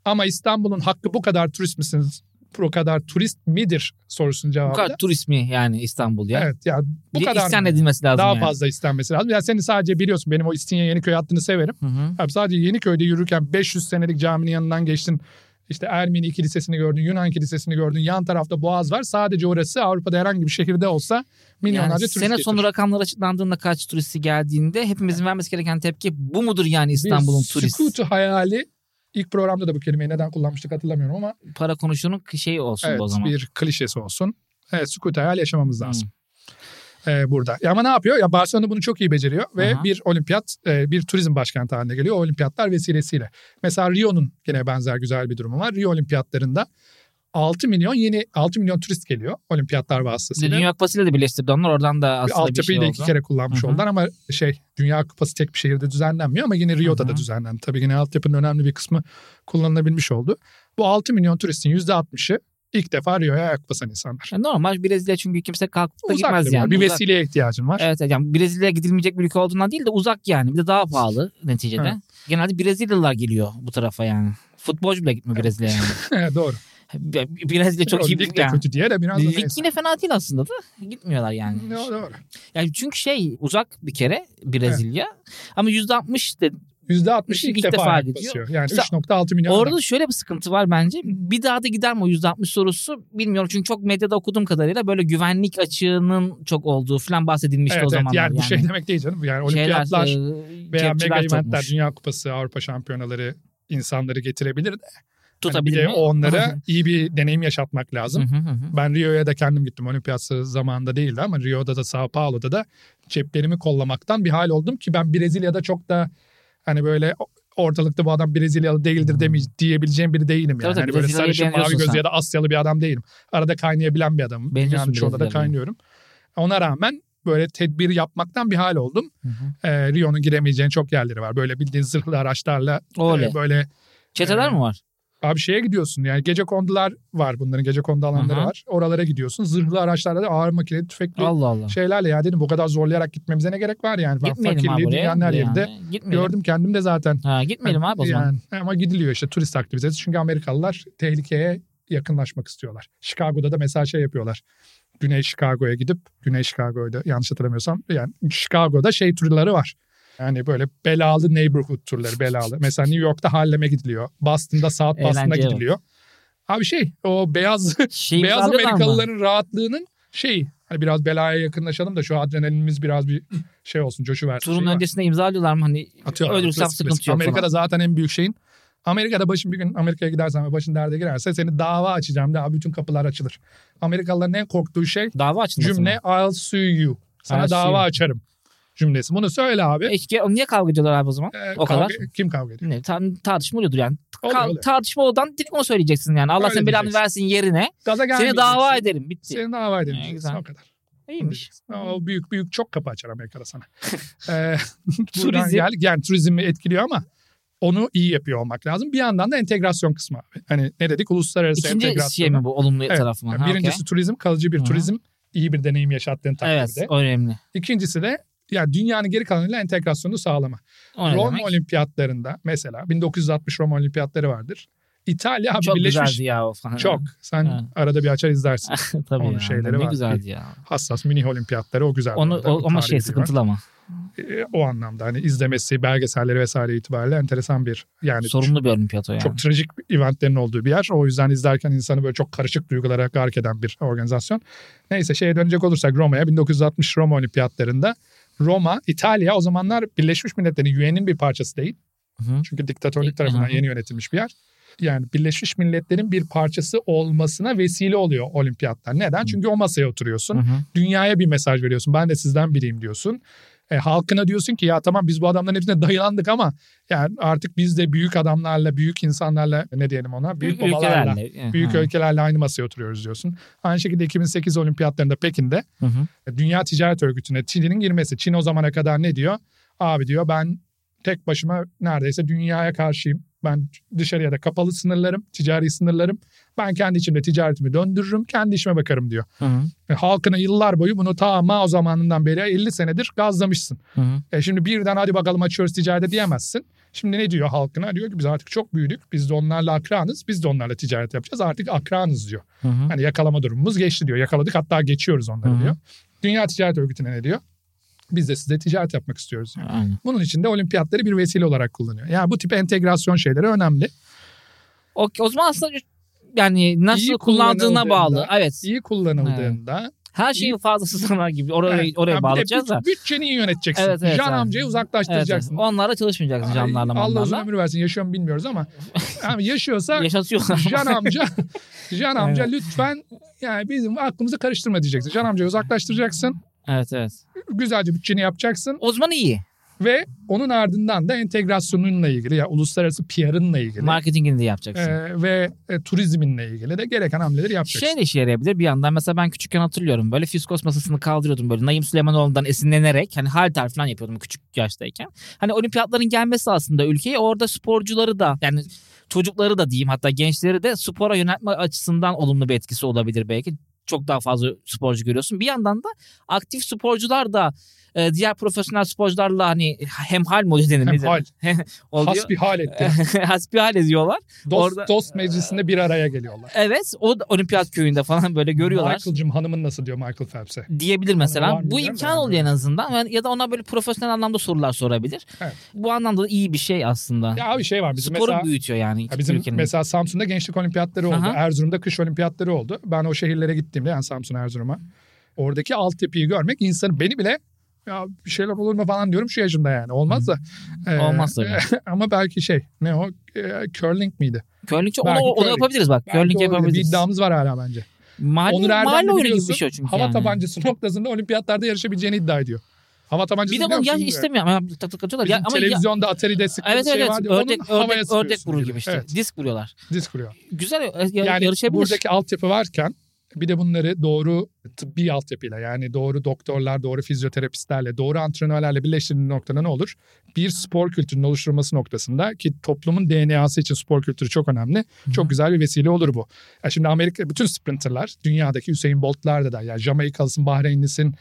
Ama İstanbul'un hakkı bu kadar turist misiniz? Bu kadar turist midir sorusunun bu cevabı. kadar da- turist mi yani İstanbul ya? Evet ya bu bir de kadar isyan mı? edilmesi lazım daha yani. fazla istenmesi lazım. Ya seni sadece biliyorsun benim o İstinye Yeniköy hattını severim. Hı hı. Abi sadece Yeniköy'de yürürken 500 senelik caminin yanından geçtin. İşte Ermeni kilisesini gördün, Yunan kilisesini gördün. Yan tarafta Boğaz var. Sadece orası Avrupa'da herhangi bir şehirde olsa milyonlarca Yani turist sene getirir. sonu rakamlar açıklandığında kaç turisti geldiğinde hepimizin vermesi gereken tepki bu mudur yani Bir İstanbul'un turist? Sükutu hayali ilk programda da bu kelimeyi neden kullanmıştık hatırlamıyorum ama Para konuşunun şey olsun Evet o zaman. bir klişesi olsun. Evet sükut hayal yaşamamız Hı. lazım. Ee, burada. Ya ama ne yapıyor? Ya Barcelona bunu çok iyi beceriyor ve Aha. bir olimpiyat e, bir turizm başkenti haline geliyor. O olimpiyatlar vesilesiyle. Mesela Rio'nun yine benzer güzel bir durumu var. Rio olimpiyatlarında 6 milyon yeni 6 milyon turist geliyor olimpiyatlar Bir de vasıtasıyla. Dünya Kupası'yla da birleştirdi onlar oradan da Bir aslında bir altyapıyı şey da oldu. iki kere kullanmış Hı hı. oldular ama şey Dünya Kupası tek bir şehirde düzenlenmiyor ama yine Rio'da Hı da hı. düzenlendi. Tabii yine altyapının önemli bir kısmı kullanılabilmiş oldu. Bu 6 milyon turistin %60'ı ilk defa Rio'ya ayak basan insanlar. Yani normal Brezilya çünkü kimse kalkıp da Uzak gitmez tabii yani. var. Bir Uzak. vesileye ihtiyacın var. Evet evet. yani Brezilya'ya gidilmeyecek bir ülke olduğundan değil de uzak yani. Bir de daha pahalı neticede. Evet. Genelde Brezilyalılar geliyor bu tarafa yani. Futbolcu bile gitmiyor Brezilya'ya yani. [LAUGHS] Doğru. Bre- Brezilya [LAUGHS] çok iyi Lig de yani. kötü diye de biraz da Lig neyse. yine fena değil aslında da gitmiyorlar yani. Doğru, doğru. Yani çünkü şey uzak bir kere Brezilya ama %60 de %60 ilk, İlk defa, defa ayak gidiyor. basıyor. Yani Mesela 3.6 milyon. Orada adam. da şöyle bir sıkıntı var bence. Bir daha da gider mi o %60 sorusu bilmiyorum. Çünkü çok medyada okuduğum kadarıyla böyle güvenlik açığının çok olduğu falan bahsedilmişti evet, o evet. zamanlar. Yani bu şey demek değil canım. Yani olimpiyatlar Şeyler, e, veya kepçeler mega eventler, topmuş. dünya kupası, Avrupa şampiyonaları insanları getirebilir de Hani bir tutabilir de mi? [LAUGHS] onlara iyi bir deneyim yaşatmak lazım. Hı hı hı hı. Ben Rio'ya da kendim gittim. Olimpiyatı zamanında değildi ama Rio'da da Sao Paulo'da da ceplerimi kollamaktan bir hal oldum ki ben Brezilya'da çok da hani böyle ortalıkta bu adam Brezilyalı değildir deme, diyebileceğim biri değilim Hmm. Tabii yani. tabii, hani böyle Brezilya'yı sarışın mavi beğeniyorsun gözlü sen. ya da Asyalı bir adam değilim. Arada kaynayabilen bir adamım. Beğeniyorsun Dünyanın çoğunda da Brezilyalı'yı. kaynıyorum. Ona rağmen böyle tedbir yapmaktan bir hal oldum. Hı hı. Ee, Rio'nun giremeyeceğin çok yerleri var. Böyle bildiğin zırhlı araçlarla Oley. e, böyle Çeteler mi var? Abi şeye gidiyorsun yani gece kondular var bunların gece kondu alanları Aha. var. Oralara gidiyorsun. Zırhlı araçlarla da ağır makineli tüfekli Allah Allah. şeylerle ya dedim bu kadar zorlayarak gitmemize ne gerek var yani. Ben şey Gitmeyelim abi fakirliği oraya. dünyanın her Yani yerinde Gitmeyelim. gördüm kendim de zaten. Ha, gitmeyelim abi o zaman. Yani, ama gidiliyor işte turist aktivitesi çünkü Amerikalılar tehlikeye yakınlaşmak istiyorlar. Chicago'da da mesela şey yapıyorlar. Güney Chicago'ya gidip Güney Chicago'da yanlış hatırlamıyorsam yani Chicago'da şey turları var. Yani böyle belalı neighborhood turları belalı. Mesela New York'ta Harlem'e gidiliyor. Boston'da South Boston'a Eğlenceye bak. gidiliyor. Abi şey o beyaz [LAUGHS] Şey [LAUGHS] beyaz imzalıyorlar mı? Amerikalıların rahatlığının şeyi. Hani biraz belaya yakınlaşalım da şu adrenalinimiz biraz bir şey olsun coşu versin. Turun öncesinde imzalıyorlar mı? Hani Atıyorum. ölürsem sıkıntı yok. Amerika'da falan. zaten en büyük şeyin Amerika'da başın bir gün Amerika'ya gidersen ve başın derde girerse seni dava açacağım daha bütün kapılar açılır. Amerikalıların en korktuğu şey Dava açılmasın. cümle I'll sue you. Sana I'll sue dava you. açarım cümlesi. Bunu söyle abi. Eşke, E, niye kavga ediyorlar abi o zaman? Ee, E, o kadar. kavga- Kim kavga ediyor? Ne, tar- tartışma oluyordur yani. Oluyor, Ka- oluyor. Tartışma olan direkt onu söyleyeceksin yani. Allah Öyle senin belanı diyeceksin. versin yerine. Gaza Seni gelmeyeceksin. dava ederim. Bitti. Seni dava ederim. Ha, diyeceksin. güzel. O kadar. İyiymiş. O büyük büyük çok kapı açar [LAUGHS] Amerika'da sana. ee, Turizm. [LAUGHS] buradan geldik. Yani turizmi etkiliyor ama onu iyi yapıyor olmak lazım. Bir yandan da entegrasyon kısmı abi. Hani ne dedik? Uluslararası İkinci entegrasyon. şey mi bu olumlu Evet. tarafı mı? Yani Ha, okey. birincisi turizm, kalıcı bir Hı hı. turizm iyi bir deneyim yaşattığın Evet takdirde. önemli. İkincisi de yani dünyanın geri kalanıyla entegrasyonu sağlama. O ne Roma demek? olimpiyatlarında mesela 1960 Roma olimpiyatları vardır. İtalya abi Çok birleşmiş. güzeldi ya o falan. Çok. Sen Ha. arada bir açar izlersin. [LAUGHS] [LAUGHS] Tabii Onun ya, şeyleri ne var. güzeldi ya. Hassas mini olimpiyatları o güzel. Onu, orada, o, ama tarihi şey bir var. sıkıntılı ama. E, o anlamda hani izlemesi, belgeselleri vesaire itibariyle enteresan bir yani Sorumlu bir olimpiyat o yani. Hani çok trajik eventlerin olduğu bir yer. O yüzden izlerken insanı böyle çok karışık duygulara gark eden bir organizasyon. Neyse şeye dönecek olursak Roma'ya 1960 Roma Olimpiyatlarında Roma, İtalya o zamanlar Birleşmiş Milletler'in UN'in bir parçası değil. Hı. Çünkü diktatörlük Hı. tarafından yeni yönetilmiş bir yer. Yani Birleşmiş Milletler'in bir parçası olmasına vesile oluyor olimpiyatlar. Neden? Hı. Çünkü o masaya oturuyorsun Hı hı. dünyaya bir mesaj veriyorsun. Ben de sizden biriyim diyorsun. E, halkına diyorsun ki ya tamam biz bu adamların hepsine dayılandık ama yani artık biz de büyük adamlarla, büyük insanlarla ne diyelim ona? Büyük, babalarla, ülkelerle. büyük Hı. ülkelerle aynı masaya oturuyoruz diyorsun. Aynı şekilde 2008 olimpiyatlarında Pekin'de e, Hı hı. Dünya Ticaret Örgütü'ne Çin'in girmesi. Çin o zamana kadar ne diyor? Abi diyor ben tek başıma neredeyse dünyaya karşıyım. Ben dışarıya da kapalı sınırlarım, ticari sınırlarım. Ben kendi içimde ticaretimi döndürürüm, kendi işime bakarım diyor. Hı hı. E, halkına yıllar boyu bunu ta Mao zamanından beri 50 senedir gazlamışsın. Hı hı. E şimdi birden hadi bakalım açıyoruz ticarete diyemezsin. Şimdi ne diyor halkına? Diyor ki biz artık çok büyüdük. Biz de onlarla akranız. Biz de onlarla ticaret yapacağız. Artık akranız diyor. Hı hı. Hani yakalama durumumuz geçti diyor. Yakaladık hatta geçiyoruz onları Hı hı. diyor. Dünya Ticaret Örgütü'ne ne diyor? Biz de size ticaret yapmak istiyoruz diyor. Aynen. Bunun için de olimpiyatları bir vesile olarak kullanıyor. Yani bu tip entegrasyon şeyleri önemli. O, o zaman aslında yani nasıl İyi kullandığına kullanıldığında- bağlı. Evet. İyi kullanıldığında Her şeyin fazlası zarar [LAUGHS] gibi. Oraya, Evet. oraya Yani bir de bağlayacağız büt- da. Bütçeni iyi yöneteceksin. Evet, evet, Can abi. amcayı Evet, evet. uzaklaştıracaksın. Onlarla çalışmayacaksın canlarla Ay, Allah uzun mallarla. ömür versin yaşıyor mu [LAUGHS] bilmiyoruz ama yani yaşıyorsa Yaşatıyorlar. Can amca Can amca lütfen yani bizim aklımızı karıştırma diyeceksin. Can amcayı uzaklaştıracaksın. [LAUGHS] evet evet. Güzelce bütçeni yapacaksın O zaman iyi. ve onun ardından da entegrasyonunla ilgili ya uluslararası PR'ınla ilgili Marketingini de yapacaksın. e, ve e, turizminle ilgili de gereken hamleleri yapacaksın. Şey de işe yarayabilir bir yandan. Mesela ben küçükken hatırlıyorum. Böyle fiskos masasını kaldırıyordum böyle. Naim Süleymanoğlu'ndan esinlenerek. Hani halter falan yapıyordum küçük yaştayken. Hani olimpiyatların gelmesi aslında ülkeye. Orada sporcuları da yani çocukları da diyeyim hatta gençleri de spora yöneltme açısından olumlu bir etkisi olabilir belki. Çok daha fazla sporcu görüyorsun. Bir yandan da aktif sporcular da e, diğer profesyonel sporcularla hani hemhal mi oluyor denir? Hem hal, Oluyor. has bir [LAUGHS] hal etti. Hasbihal ediyorlar. Dost, Orada- dost meclisinde bir araya geliyorlar. Evet o da olimpiyat köyünde falan böyle görüyorlar. Michael'cım hanımın nasıl diyor Michael Phelps'e. diyebilir mesela. var mı Bu bilmiyorum imkan da oluyor en azından Yani ya da ona böyle profesyonel anlamda sorular sorabilir. Evet. Bu anlamda da iyi bir şey aslında. Ya abi şey var bizim Sporu mesela büyütüyor yani ya bizim ülkenin. mesela Samsun'da gençlik olimpiyatları oldu. Aha. Erzurum'da kış olimpiyatları oldu. Ben o şehirlere gittiğimde yani Samsun Erzurum'a oradaki altyapıyı görmek insanı beni bile ya bir şeyler olur mu falan diyorum şu yaşımda yani. Olmaz da. e, Olmaz tabii. [LAUGHS] ama belki şey ne o e, curling miydi? Curling çok- onu, Belki onu curling. yapabiliriz bak. Belki Curling olabilir. Bir yapabiliriz. iddiamız var hala bence. Mahalle, Onur Erdem mahalle de oyunu gibi biliyorsun, bir şey o çünkü Hava yani. tabancası noktasında olimpiyatlarda yarışabileceğini iddia ediyor. Hava tabancası Bir de biliyor onu ya musun? istemiyorum. Ya, tak tak atıyorlar. Bizim Ya, ama ya, televizyonda Atari'de sıktığı evet şey evet vardı. evet. Ördek, Onun havaya ördek, ördek sıkıyorsun vurur gibi işte. Evet, Disk vuruyorlar. disk vuruyor. Güzel e, ya- Yani yarışabilir. buradaki altyapı varken bir de bunları doğru tıbbi altyapıyla yani doğru doktorlar, doğru fizyoterapistlerle, doğru antrenörlerle birleştirdiğin noktada ne olur? Bir spor kültürünün oluşturulması noktasında ki toplumun DNA'sı için spor kültürü çok önemli. Çok Hı hı. güzel bir vesile olur bu. Ya şimdi Amerika bütün sprinterlar dünyadaki Hüseyin Bolt'lar da da yani Jamaikalı'sın, Bahreynlisin,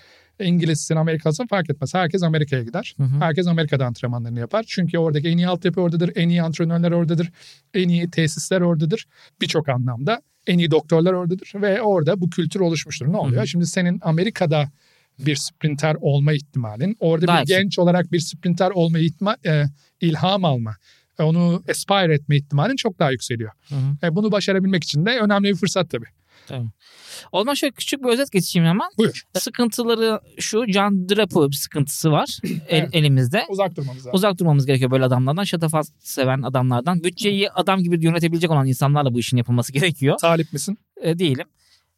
İngilizsin, Amerikalısın fark etmez. Herkes Amerika'ya gider. Hı hı. Herkes Amerika'da antrenmanlarını yapar. Çünkü oradaki en iyi altyapı oradadır, en iyi antrenörler oradadır, en iyi tesisler oradadır. Birçok anlamda en iyi doktorlar oradadır ve orada bu kültür oluşmuştur. Ne oluyor? Hı hı. Şimdi senin Amerika'da bir sprinter olma ihtimalin, orada Daha bir yüksek. genç olarak bir sprinter olma ihtima, e, ilham alma, e, onu aspire etme ihtimalin çok daha yükseliyor. Hı hı. E, bunu başarabilmek için de önemli bir fırsat tabii. O zaman şöyle küçük bir özet geçeyim hemen. Buyur. Sıkıntıları şu Can Drapo bir sıkıntısı var el- Evet. elimizde. Uzak durmamız lazım. Uzak durmamız gerekiyor böyle adamlardan. Şatafat seven adamlardan. Bütçeyi adam gibi yönetebilecek olan insanlarla bu işin yapılması [LAUGHS] gerekiyor. Talip misin? E, E, diyelim.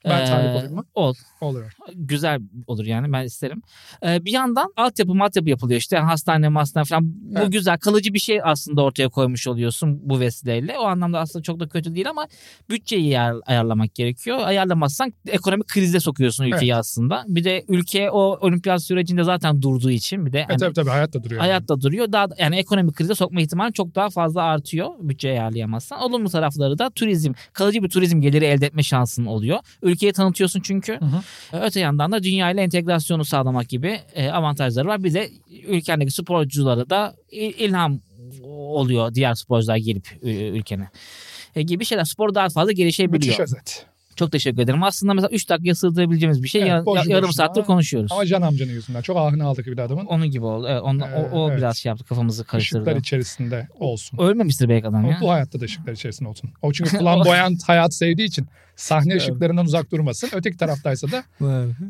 Ben Ee, talip olayım mı? Ol. Olur. Güzel olur yani ben isterim. Ee, bir yandan altyapı matyapı yapılıyor işte Yani hastane hastane falan. Bu Evet. güzel kalıcı bir şey aslında ortaya koymuş oluyorsun bu vesileyle. O anlamda aslında çok da kötü değil ama bütçeyi ayar- ayarlamak gerekiyor. Ayarlamazsan ekonomik krize sokuyorsun ülkeyi aslında. Bir de ülke o olimpiyat sürecinde zaten durduğu için bir de E, hani tabii tabii hayatta duruyor. yani. hayatta duruyor. Daha da- yani ekonomik krize sokma ihtimali çok daha fazla artıyor bütçe ayarlayamazsan. Olumlu tarafları da turizm, kalıcı bir turizm geliri elde etme şansın oluyor. Ülkeyi tanıtıyorsun çünkü. Hı hı. Ee, Öte yandan da dünya ile entegrasyonu sağlamak gibi e, avantajları var. Bir de ülkendeki sporculara da il- ilham oluyor diğer sporcular gelip e, ülkene E, gibi şeyler. Spor daha fazla gelişebiliyor. Müthiş özet. Çok teşekkür ederim. Aslında mesela 3 dakikaya sığdırabileceğimiz bir şey Evet, yar- boşu yar- yarım boşuna. saattir konuşuyoruz. Ama Can amcanın yüzünden. Çok ahını aldık bir adamın. Onun gibi oldu. Evet, onunla- o, o Ee, evet. biraz şey yaptı kafamızı karıştırdı. Işıklar içerisinde olsun. Ölmemiştir belki adam ya. O, bu hayatta da ışıklar içerisinde olsun. O [LAUGHS] çünkü flamboyant hayat sevdiği için sahne ışıklarından uzak durmasın. Öteki taraftaysa da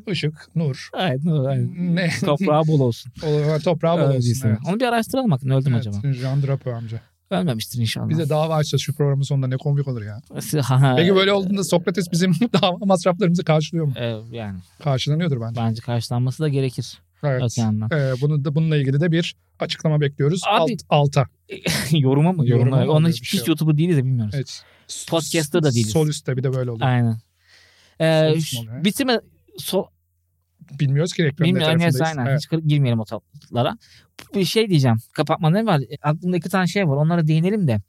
ışık, nur, Aynen, [LAUGHS] aynen. [LAUGHS] ne Toprağı bol olsun. olur, toprağı bol olsun. Öldüyse. Evet. Onu bir araştıralım bakın öldüm Evet, acaba. Jean Drapeau amca. Ölmemiştir inşallah. Bize dava açsa şu programın sonunda ne komik olur ya. [LAUGHS] Ha, Peki böyle olduğunda Sokrates bizim [LAUGHS] dava masraflarımızı karşılıyor mu? e, yani Karşılanıyordur bence. bence karşılanması da gerekir. Evet. Öte [LAUGHS] yandan. Ee, bunu da, bununla ilgili de bir açıklama bekliyoruz. Abi- Alt, alta. Yoruma mı? Yoruma Yoruma. mı Onun oluyor hiç bir pis şey yok. YouTube'u değiliz de bilmiyoruz. Evet. Podcast'ta da değiliz. Solüste bir de böyle oluyor. Aynen. Ee, Sonuç şu- mu oluyor? bitirme so, Bilmiyoruz ki reklamın ne bilmiyorum neyse tarafındayız. aynen Evet. hiç kır- girmeyelim o tatlara. Bir şey diyeceğim. Kapatma ne var? E, Aklımda iki tane şey var. Onlara değinelim de.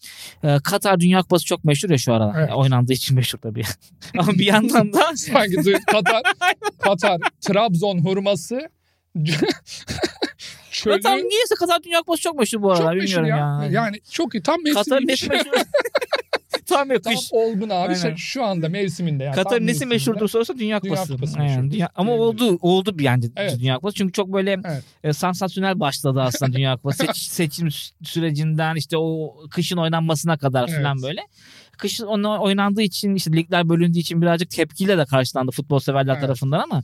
Ee, Katar Dünya Kupası çok meşhur ya şu aralar. Evet. E, Oynandığı için meşhur tabii. [LAUGHS] Ama bir yandan da [LAUGHS] Hangi duy- [LAUGHS] Katar, Katar, Trabzon hurması, çölü. Zaten niyeyse Katar Dünya Kupası çok meşhur bu çok aralar meşhur bilmiyorum ya. ya. Yani çok iyi. Tam Katar'ın mevsiminde. nesi [LAUGHS] meşhur? Tam yok. Tam Kış. olgun abi. Aynen. Şu- Şu anda mevsiminde. Yani. Katar'ın Tam nesi mevsiminde. meşhurdur sorarsa Dünya Dünya Kupası. Kupası Aynen, meşhur. dünya- ama oldu oldu bir yani Evet. Dünya Kupası. Çünkü çok böyle Evet. e, sansasyonel başladı [LAUGHS] aslında Dünya Kupası. Seç- seçim sü- sürecinden işte o kışın oynanmasına kadar Evet. falan böyle. Kışın ona oynandığı için işte ligler bölündüğü için birazcık tepkiyle de karşılandı futbol severler Evet. tarafından ama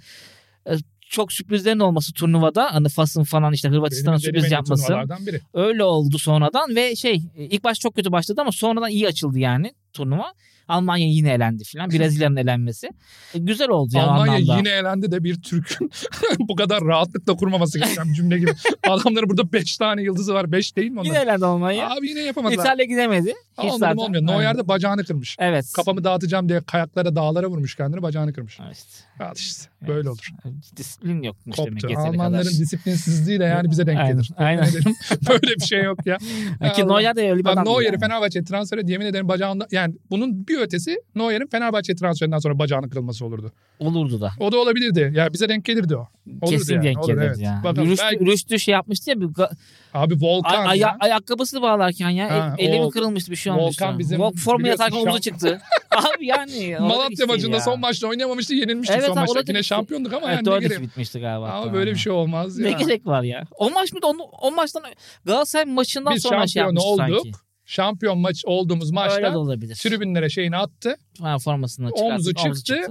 e, çok sürprizlerin olması turnuvada hani Fas'ın falan işte Hırvatistan'ın Benim sürpriz denemeyen yapması. turnuvalardan biri. Öyle oldu sonradan ve şey e, ilk baş çok kötü başladı ama sonradan iyi açıldı yani turnuva. Almanya yine elendi [LAUGHS] filan. Brezilya'nın elenmesi. E, Güzel oldu yani Almanya anlamda. yine elendi de bir Türk'ün [LAUGHS] bu kadar rahatlıkla kurmaması gereken bir cümle gibi. Adamların burada 5 tane yıldızı var. 5 değil mi Yine onlar? elendi Almanya. Abi yine yapamadılar. İtalya gidemedi. Ama Hiç onların zaten. olmuyor. Neuer de bacağını kırmış. Evet. Kafamı dağıtacağım diye kayaklara dağlara vurmuş kendini bacağını kırmış. Evet. Al işte Evet. böyle olur. Disiplin yokmuş demek Koptu. yeteri Almanların kadar. disiplinsizliğiyle yani bize denk Aynen. gelir. [LAUGHS] Aynen. Ne dedim? böyle bir şey yok ya. Ya Ki Allah. Neuer de öyle bir Ben adam. Neuer'i Fenerbahçe'ye transfer et yemin ederim bacağında yani bunun bir ötesi Neuer'in Fenerbahçe'ye transferinden sonra bacağının kırılması olurdu. Olurdu da. O da olabilirdi. Yani bize denk gelirdi o. Olurdu Kesin yani. denk Olur, gelirdi evet. ya. Bakın Rüştü, belki- Rüştü şey yapmıştı ya. Bir ga- Abi Volkan ay- aya- ya. ayakkabısını bağlarken ya. Ha, el- elimi o- kırılmıştı bir şey olmuştu. Volkan bizim Vol- Formula biliyorsun yatarken şamp- omuzu çıktı. [LAUGHS] Abi yani. olacak iş Malatya değil maçında şey ya. son maçta oynayamamıştı yenilmiştik Evet, son abi, maçta. olabilir. Yine şampiyonduk ama Evet yani ne 4-2 gerek. bitmişti galiba. Ama hatta. böyle bir şey olmaz ya. Ne gerek var ya? O maç mıydı? Onu, o maçtan Galatasaray maçından Biz sonra şey şampiyon yapmıştı olduk. sanki. Şampiyon maç olduğumuz Öyle de maçta olabilir. tribünlere şeyini attı. Ha, formasını Omuzu çıkarttı, omuzu [LAUGHS] çıktı.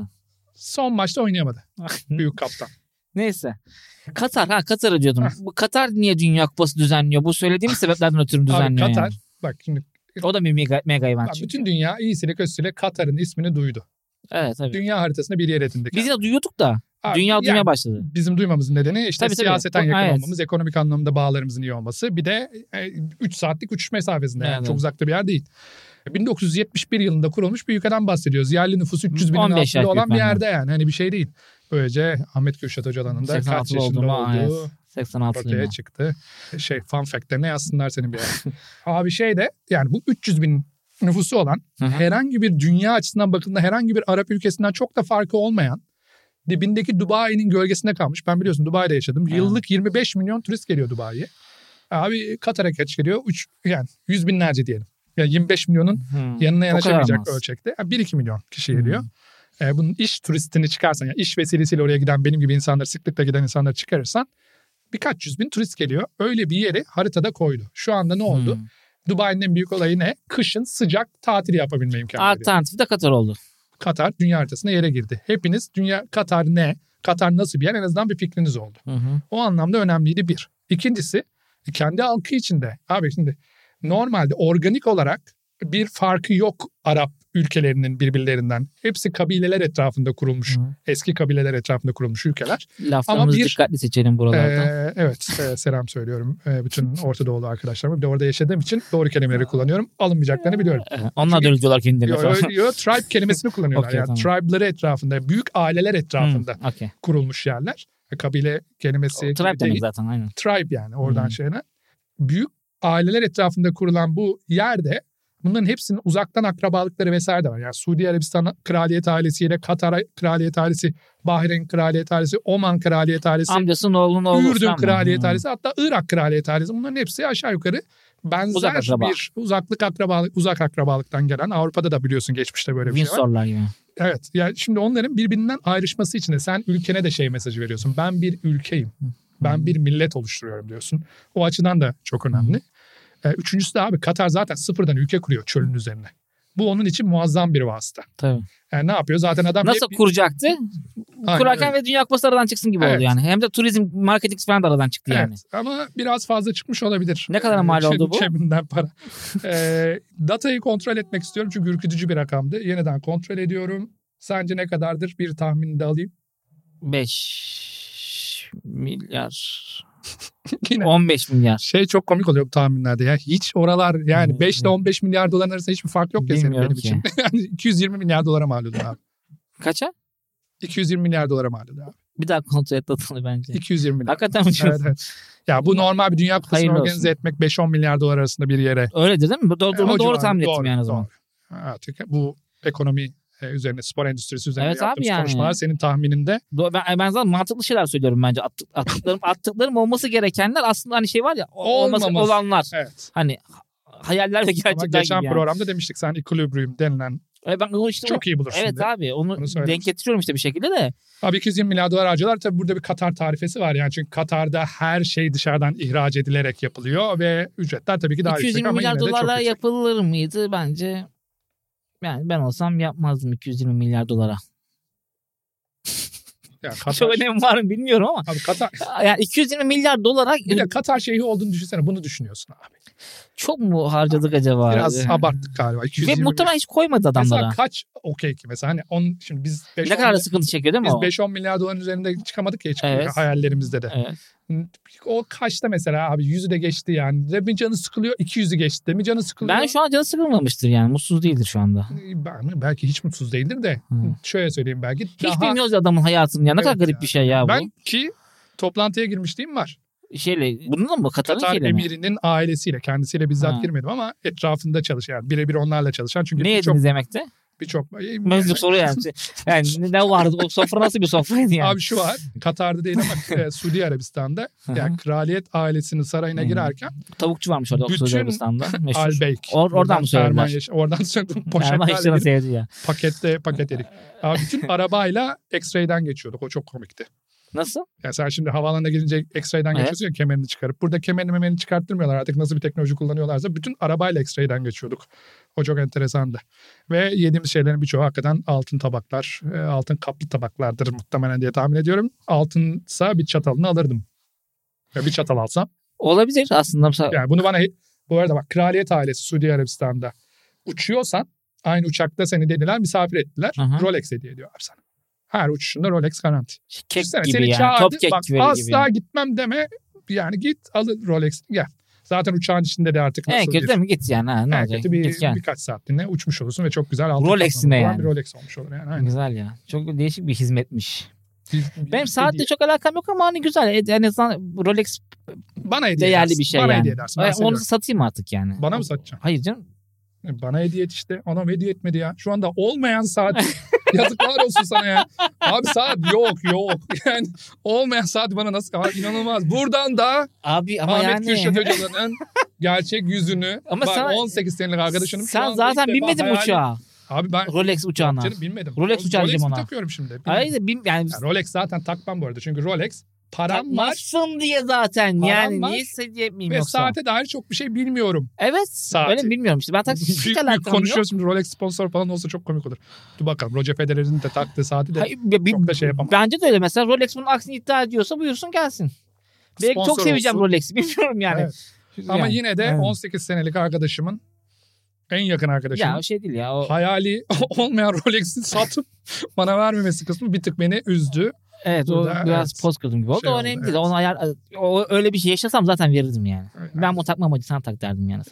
Son maçta oynayamadı. Büyük kaptan. Neyse. Katar ha Katar'ı diyordum. Bu Katar niye Dünya Kupası düzenliyor? Bu söylediğim sebeplerden ötürü Abi düzenliyor. Katar yani. bak şimdi O da bir mega, mega event abi çünkü. bütün dünya iyisiyle kötüsüyle Katar'ın ismini duydu. Evet tabii. Dünya haritasında bir yer edindik. Biz de duyuyorduk da. Abi, dünya yani duymaya başladı. bizim duymamızın nedeni işte Tabii, tabii. siyaseten Bu- yakın evet. olmamız, ekonomik anlamda bağlarımızın iyi olması. Bir de 3 saatlik uçuş mesafesinde yani Evet. çok uzakta bir yer değil. 1971 yılında kurulmuş bir ülkeden bahsediyoruz. Yerli nüfusu 300 binin 15 altında yaş olan bir büyük yerde yani hani bir şey değil. Böylece Ahmet Kürşat Öcalan'ın da kaç 86 yaşında oldum ha, evet. olduğu 86 ortaya yılında. çıktı. Şey fun fact'lerine yazsınlar senin [LAUGHS] bir yere. Abi şey de yani bu 300 bin nüfusu olan Hı hı. herhangi bir dünya açısından bakıldığında herhangi bir Arap ülkesinden çok da farkı olmayan dibindeki Dubai'nin gölgesinde kalmış. Ben biliyorsun Dubai'de yaşadım. Evet. Yıllık 25 milyon turist geliyor Dubai'ye. Abi Katar'a kaç geliyor? 3 yani 100 binlerce diyelim. Yani 25 milyonun Hı. yanına kadar yanaşamayacak az. Hmm. ölçekte. Yani 1-2 milyon kişi geliyor. E, bunun iş turistini çıkarsan yani iş vesilesiyle oraya giden benim gibi insanları sıklıkla giden insanları çıkarırsan birkaç yüz bin turist geliyor. Öyle bir yeri haritada koydu. Şu anda ne oldu? Hı. Dubai'nin en büyük olayı ne? Kışın sıcak tatil yapabilme imkanı. veriyor. Alternatifi de Katar oldu. Katar dünya haritasına yere girdi. Hepiniz dünya Katar ne? Katar nasıl bir yer? En azından bir fikriniz oldu. Hı hı. O anlamda önemliydi bir. İkincisi kendi halkı içinde. Abi şimdi normalde organik olarak bir farkı yok Arap ülkelerinin birbirlerinden. Hepsi kabileler etrafında kurulmuş. Hı. Eski kabileler etrafında kurulmuş ülkeler. Laflarımızı bir- dikkatli seçelim buralarda. Ee, evet e, selam söylüyorum e, bütün Orta Doğulu arkadaşlarıma. Bir de orada yaşadığım için doğru kelimeleri kullanıyorum. Alınmayacaklarını biliyorum. Evet, Ee, Onlar da öyle diyorlar kendilerine. Yo, falan. yo, yo, tribe kelimesini kullanıyorlar. Okey, yani tamam. tribe'ları etrafında, büyük aileler etrafında Hı, okey. kurulmuş yerler. E, Kabile kelimesi gibi Tribe değil demek zaten aynen. tribe yani oradan Hmm. şeyine. Büyük aileler etrafında kurulan bu yerde bunların hepsinin uzaktan akrabalıkları vesaire de var. Yani Suudi Arabistan kraliyet ailesiyle Katar kraliyet ailesi, Bahreyn kraliyet ailesi, Osman kraliyet ailesi, Amcasının oğlunun oğlu. hmm, Ürdün falan mı? kraliyet Hı. ailesi hatta Irak kraliyet ailesi bunların hepsi aşağı yukarı benzer Uzak akraba. bir uzaklık akrabalık uzak akrabalıktan gelen Avrupa'da da biliyorsun geçmişte böyle bir şey var. Windsor'lar gibi. Evet. Yani şimdi onların birbirinden ayrışması için de sen ülkene de şey mesajı veriyorsun. Ben bir ülkeyim. Ben bir millet oluşturuyorum diyorsun. O açıdan da çok önemli. Ee, Üçüncüsü de abi Katar zaten sıfırdan ülke kuruyor çölün üzerine. Bu onun için muazzam bir vasıta. Tabii. Yani ne yapıyor? Zaten adam Nasıl hep- kuracaktı? Aynen Kurarken öyle. ve Dünya Kupası aradan çıksın gibi Evet. oldu yani. Hem de turizm, marketing falan da aradan çıktı yani. Evet, ama biraz fazla çıkmış olabilir. Ne kadara Ee, mal ceb- oldu bu? Cebimden para. Ee, datayı kontrol etmek istiyorum çünkü ürkütücü bir rakamdı. Yeniden kontrol ediyorum. Sence ne kadardır? Bir tahmin de alayım. 5 milyar. [LAUGHS] Yine 15 milyar. Şey çok komik oluyor bu tahminlerde ya. Hiç oralar yani Evet, 5 ile 15 milyar dolar arasında hiçbir fark yok ya senin Hmm, Bilmiyorum benim ki. için. [LAUGHS] Yani 220 milyar dolara mal oluyor abi. Kaça? 220 milyar dolara mal oluyor abi. Bir daha kontrol et datanı bence. 220 milyar. Hakikaten mi? evet evet. Ya bu normal bir dünya kupasını Hayırlı olsun. organize etmek 5-10 milyar dolar arasında bir yere. Öyledir değil mi? Bu Doğru, E, o doğru, civarı. tahmin ettim Doğru, yani o zaman. doğru. Artık bu ekonomi e, üzerine, spor endüstrisi üzerine Evet abi yaptığımız yani. konuşmalar senin tahmininde Doğru. Ben, ben zaten mantıklı şeyler söylüyorum bence. Attık, attıklarım, [LAUGHS] attıklarım olması gerekenler aslında hani şey var ya. o- Olması, Olmaması. olanlar. evet. Hani ha- hayaller ve Ama gerçekler geçen gibi yani. programda demiştik sen equilibrium denilen E, Ben onu işte çok iyi bulursun. Evet diye. abi onu Onu söylemiştim. denk getiriyorum işte bir şekilde de. Abi 220 milyar dolar harcıyorlar. Tabii burada bir Katar tarifesi var. Yani çünkü Katar'da her şey dışarıdan ihraç edilerek yapılıyor ve ücretler tabii ki daha yüksek 220 ama milyar yine de çok dolarla yüksek. yapılır mıydı bence? Yani ben olsam yapmazdım 220 milyar dolara. Yani Katar, Çok önemi var mı bilmiyorum ama. Abi Katar, Yani 220 milyar dolara bir de Katar şeyhi olduğunu düşünsene. Bunu düşünüyorsun abi. çok mu harcadık acaba? Biraz abi? abarttık galiba. 220 Ve milyar. muhtemelen hiç koymadı Mesela adamlara. kaç okey ki mesela hani on, şimdi biz 5 Ne kadar da sıkıntı çekiyor değil mi biz o? 5-10 milyar doların üzerinde çıkamadık ya hiç Evet. hayallerimizde de. Evet. O kaçta mesela abi yüzü de geçti yani. Demin canı sıkılıyor 200'ü geçti. Demin canı sıkılıyor. Ben şu an canı sıkılmamıştır yani. Mutsuz değildir şu anda. Ben- belki hiç mutsuz değildir de Hı. şöyle söyleyeyim belki Hiç daha bilmiyoruz adamın hayatını ya. Ne kadar Evet garip ya. bir şey ya bu. ben ki toplantıya girmişliğim var. Şeyle, bununla mı? Katar'ın Katar şeyle mi? emirinin ailesiyle kendisiyle bizzat Ha. girmedim ama etrafında çalışan yani birebir onlarla çalışan çünkü Ne birçok yediniz yemekte? birçok [LAUGHS] Mevzu soru [LAUGHS] yani. Yani ne vardı? O sofra nasıl bir sofraydı yani? Abi şu var Katar'da değil [LAUGHS] ama e, Suudi Arabistan'da Hı hı. yani kraliyet ailesinin sarayına Hı. girerken Tavukçu varmış orada Oksuz Bütün [LAUGHS] Arabistan'da. Meşhur. Albeyk. Or- oradan mı söylediler? Erman Yaşar- oradan [LAUGHS] söyledim. Erman Poşetlerle Yaşar'ın girip sevdiği ya. pakette paket erik. Abi bütün arabayla X-ray'den geçiyorduk. O çok komikti. Nasıl? Yani sen şimdi havaalanına gelince X-ray'den Evet. geçiyorsun ya kemerini çıkarıp. Burada kemerini memerini çıkarttırmıyorlar artık nasıl bir teknoloji kullanıyorlarsa. Bütün arabayla X-ray'den geçiyorduk. O çok enteresandı. Ve yediğimiz şeylerin birçoğu hakikaten altın tabaklar, e, altın kaplı tabaklardır muhtemelen diye tahmin ediyorum. Altınsa bir çatalını alırdım. Ya bir çatal alsam. Olabilir aslında. Mesela- Yani bunu bana bu arada bak kraliyet ailesi Suudi Arabistan'da uçuyorsan aynı uçakta seni dediler misafir ettiler. Hı hı. Rolex hediye ediyor abi sana. Her uçuşunda Rolex garanti. Şey, Kek Düşünsene, gibi seni yani. çağırdı, Top kek bak, gibi. Asla gitmem deme. Yani git al Rolex gel. Zaten uçağın içinde de artık En nasıl kötü bir, değil mi? Git yani. Ha, ne en olacak? kötü bir, Git yani. birkaç saatliğine uçmuş olursun ve çok güzel altın Rolex'ine kaplamlı olan yani. bir Rolex olmuş olur yani. Aynen. Güzel ya. Çok değişik bir hizmetmiş. Bir- Benim bir saatle hediye. çok alakam yok ama hani güzel. E, En azından Rolex bana hediye değerli edersin, bir şey Bana yani. hediye edersin. ben Ay, seviyorum. Onu satayım artık yani. Bana mı satacaksın? E, Hayır canım. Bana hediye et işte. Ona hediye etmedi ya. Şu anda [LAUGHS] olmayan saat. Yazıklar olsun sana ya. Abi saat yok yok. [LAUGHS] Yani olmayan saat bana nasıl? Abi inanılmaz. Buradan da Abi ama Ahmet yani. [LAUGHS] Kürşat Hoca'nın gerçek yüzünü. Ama Ama sen- 18 senelik arkadaşınım. şu Sen anda zaten ilk defa binmedin mi hayali- uçağa. Abi ben Rolex uçağına. canım binmedim. Rolex uçağı Rolex diyeceğim mi ona. takıyorum şimdi? Hayır da bin, yani Ya Rolex zaten takmam bu arada. Çünkü Rolex param var takmazsın diye zaten. Param yani var. niye hissetmeyeyim ve yoksa. saate dair çok bir şey bilmiyorum. Evet. Saati. Öyle mi bilmiyorum işte. Ben taksi hiç Büyük büyük alakam yok. konuşuyoruz şimdi Rolex sponsor falan olsa çok komik olur. Dur bakalım Roger Federer'in de taktığı saati de Hayır, ya bir- çok da şey yapamam. Bence de öyle. Mesela Rolex bunun aksini iddia ediyorsa buyursun gelsin. Belki çok Sponsor seveceğim olsun. Rolex'i. [LAUGHS] Bilmiyorum yani. Evet. Ama Yani, yine de evet. 18 senelik arkadaşımın en yakın Ya arkadaşımın o şey değil ya. O, hayali [LAUGHS] olmayan Rolex'i satıp bana vermemesi kısmı bir tık beni üzdü. evet o Burada, biraz evet. poz kırdım gibi oldu. Şey o oldu, önemli evet. değil. Onu ayar, o, öyle bir şey yaşasam zaten verirdim yani. Evet. Ben bunu takmam hacı sana tak derdim yani.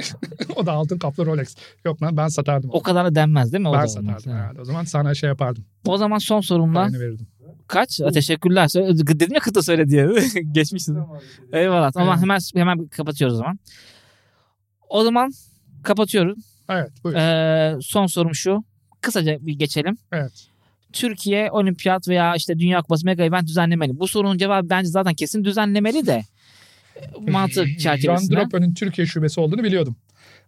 o da altın kaplı Rolex. Yok lan ben satardım. o onu. kadar da denmez değil mi? O ben da satardım olmaz. Evet. herhalde. O zaman sana şey yapardım. O zaman son sorumla Paranı verirdim. kaç? Teşekkürler. Sö- Dedim ya kıta söyle diye. [LAUGHS] Geçmişsin. Eyvallah. Ama Evet. hemen hemen kapatıyoruz o zaman. O zaman kapatıyorum. Evet buyur. Ee, son sorum şu. Kısaca bir geçelim. Evet. Türkiye olimpiyat veya işte dünya kupası mega event düzenlemeli. Bu sorunun cevabı bence zaten kesin düzenlemeli [LAUGHS] de. Mantık Jean çerçevesinde. Drapeau'nun Türkiye şubesi olduğunu biliyordum.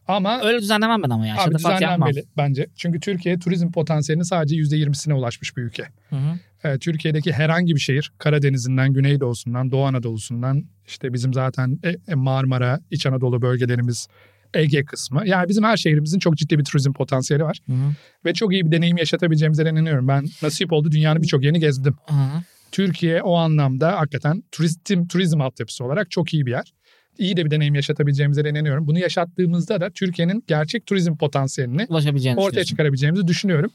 Ama Öyle düzenlemem ben ama ya. abi Şatafat yapmam. düzenlenmeli bence. Çünkü Türkiye turizm potansiyelinin sadece %20'sine ulaşmış bir ülke. Hı hı. Ee, Türkiye'deki herhangi bir şehir Karadeniz'inden, Güneydoğusundan, Doğu Anadolu'sundan işte bizim zaten e- e, Marmara, İç Anadolu bölgelerimiz, Ege kısmı. Yani bizim her şehrimizin çok ciddi bir turizm potansiyeli var. Hı hı. Ve çok iyi bir deneyim yaşatabileceğimize inanıyorum. Ben nasip oldu dünyanın birçok yerini gezdim. Hı hı. Türkiye o anlamda hakikaten turistim, turizm altyapısı olarak çok iyi bir yer. İyi de bir deneyim yaşatabileceğimize inanıyorum. Bunu yaşattığımızda da Türkiye'nin gerçek turizm potansiyelini Ulaşabileceğini ortaya düşünüyorsun. çıkarabileceğimizi düşünüyorum.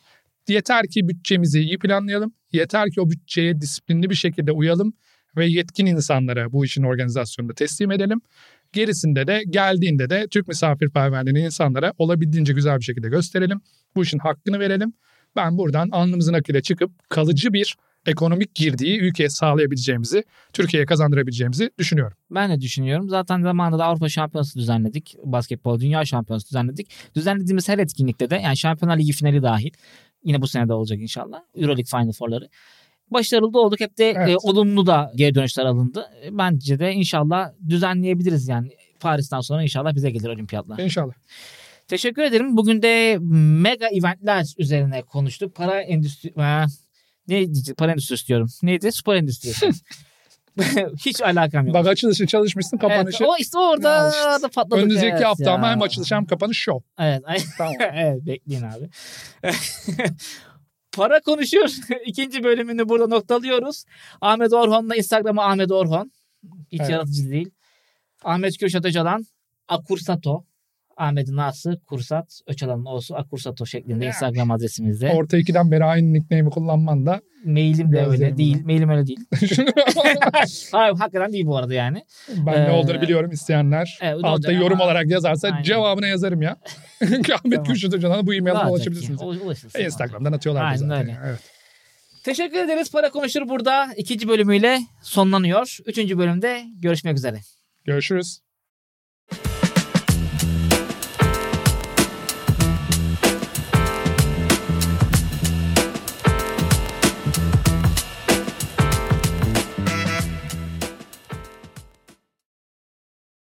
Yeter ki bütçemizi iyi planlayalım. Yeter ki o bütçeye disiplinli bir şekilde uyalım ve yetkin insanlara bu işin organizasyonunda teslim edelim. Gerisinde de geldiğinde de Türk misafirperverliğini insanlara olabildiğince güzel bir şekilde gösterelim. Bu işin hakkını verelim. Ben buradan alnımızın akıyla çıkıp kalıcı bir ekonomik girdiği ülkeye sağlayabileceğimizi, Türkiye'ye kazandırabileceğimizi düşünüyorum. Ben de düşünüyorum. Zaten zamanında da Avrupa Şampiyonası düzenledik. Basketbol Dünya Şampiyonası düzenledik. Düzenlediğimiz her etkinlikte de yani Şampiyonlar Ligi finali dahil. Yine bu sene de olacak inşallah. Euroleague Final Four'ları. Başarılı da olduk. Hep de Evet. e, olumlu da geri dönüşler alındı. E, Bence de inşallah düzenleyebiliriz yani. Paris'ten sonra inşallah bize gelir olimpiyatlar. İnşallah. Teşekkür ederim. Bugün de mega eventler üzerine konuştuk. Para endüstri... Ha, ne diyeceğim? Para endüstrisi diyorum. Neydi? Spor [LAUGHS] endüstrisi. [LAUGHS] Hiç alakam yok. Bak açılışı çalışmışsın, kapanışı. Evet, o işte orada Ya işte. da patladık. Önümüzdeki evet hafta ya. ama hem açılış hem kapanış şov. Evet, [LAUGHS] ay- [LAUGHS] Tamam. evet bekleyin abi. [LAUGHS] Para konuşuyor. [LAUGHS] İkinci bölümünü burada noktalıyoruz. Ahmet Orhon'la Instagram'ı Ahmet Orhon. Hiç Evet. yaratıcı değil. Ahmet Kürşat Öcalan. Akursato. Ahmet'in A'sı Kursat. Öcalan'ın O'su Akursato şeklinde Ya. Instagram adresimizde. Orta 2'den beri aynı nickname'i kullanman da. Mailim de Gözlerim öyle bunu. değil. Mailim öyle [LAUGHS] değil. [LAUGHS] Hayır hakikaten değil bu arada yani. ben Ee, ne olduğunu biliyorum isteyenler. evet, o da altta olacak yorum ama- olarak yazarsa Aynen. cevabını yazarım ya. [LAUGHS] Tamam. Ahmet Kürşat Hoca'dan bu e-mail'e Rahat ulaşabilirsiniz. E, bekleyin. şey Ulaşırsın. Instagram'dan atıyorlar Aynen zaten. öyle. Evet. Teşekkür ederiz. Para Konuşur burada ikinci bölümüyle sonlanıyor. Üçüncü bölümde görüşmek üzere. Görüşürüz.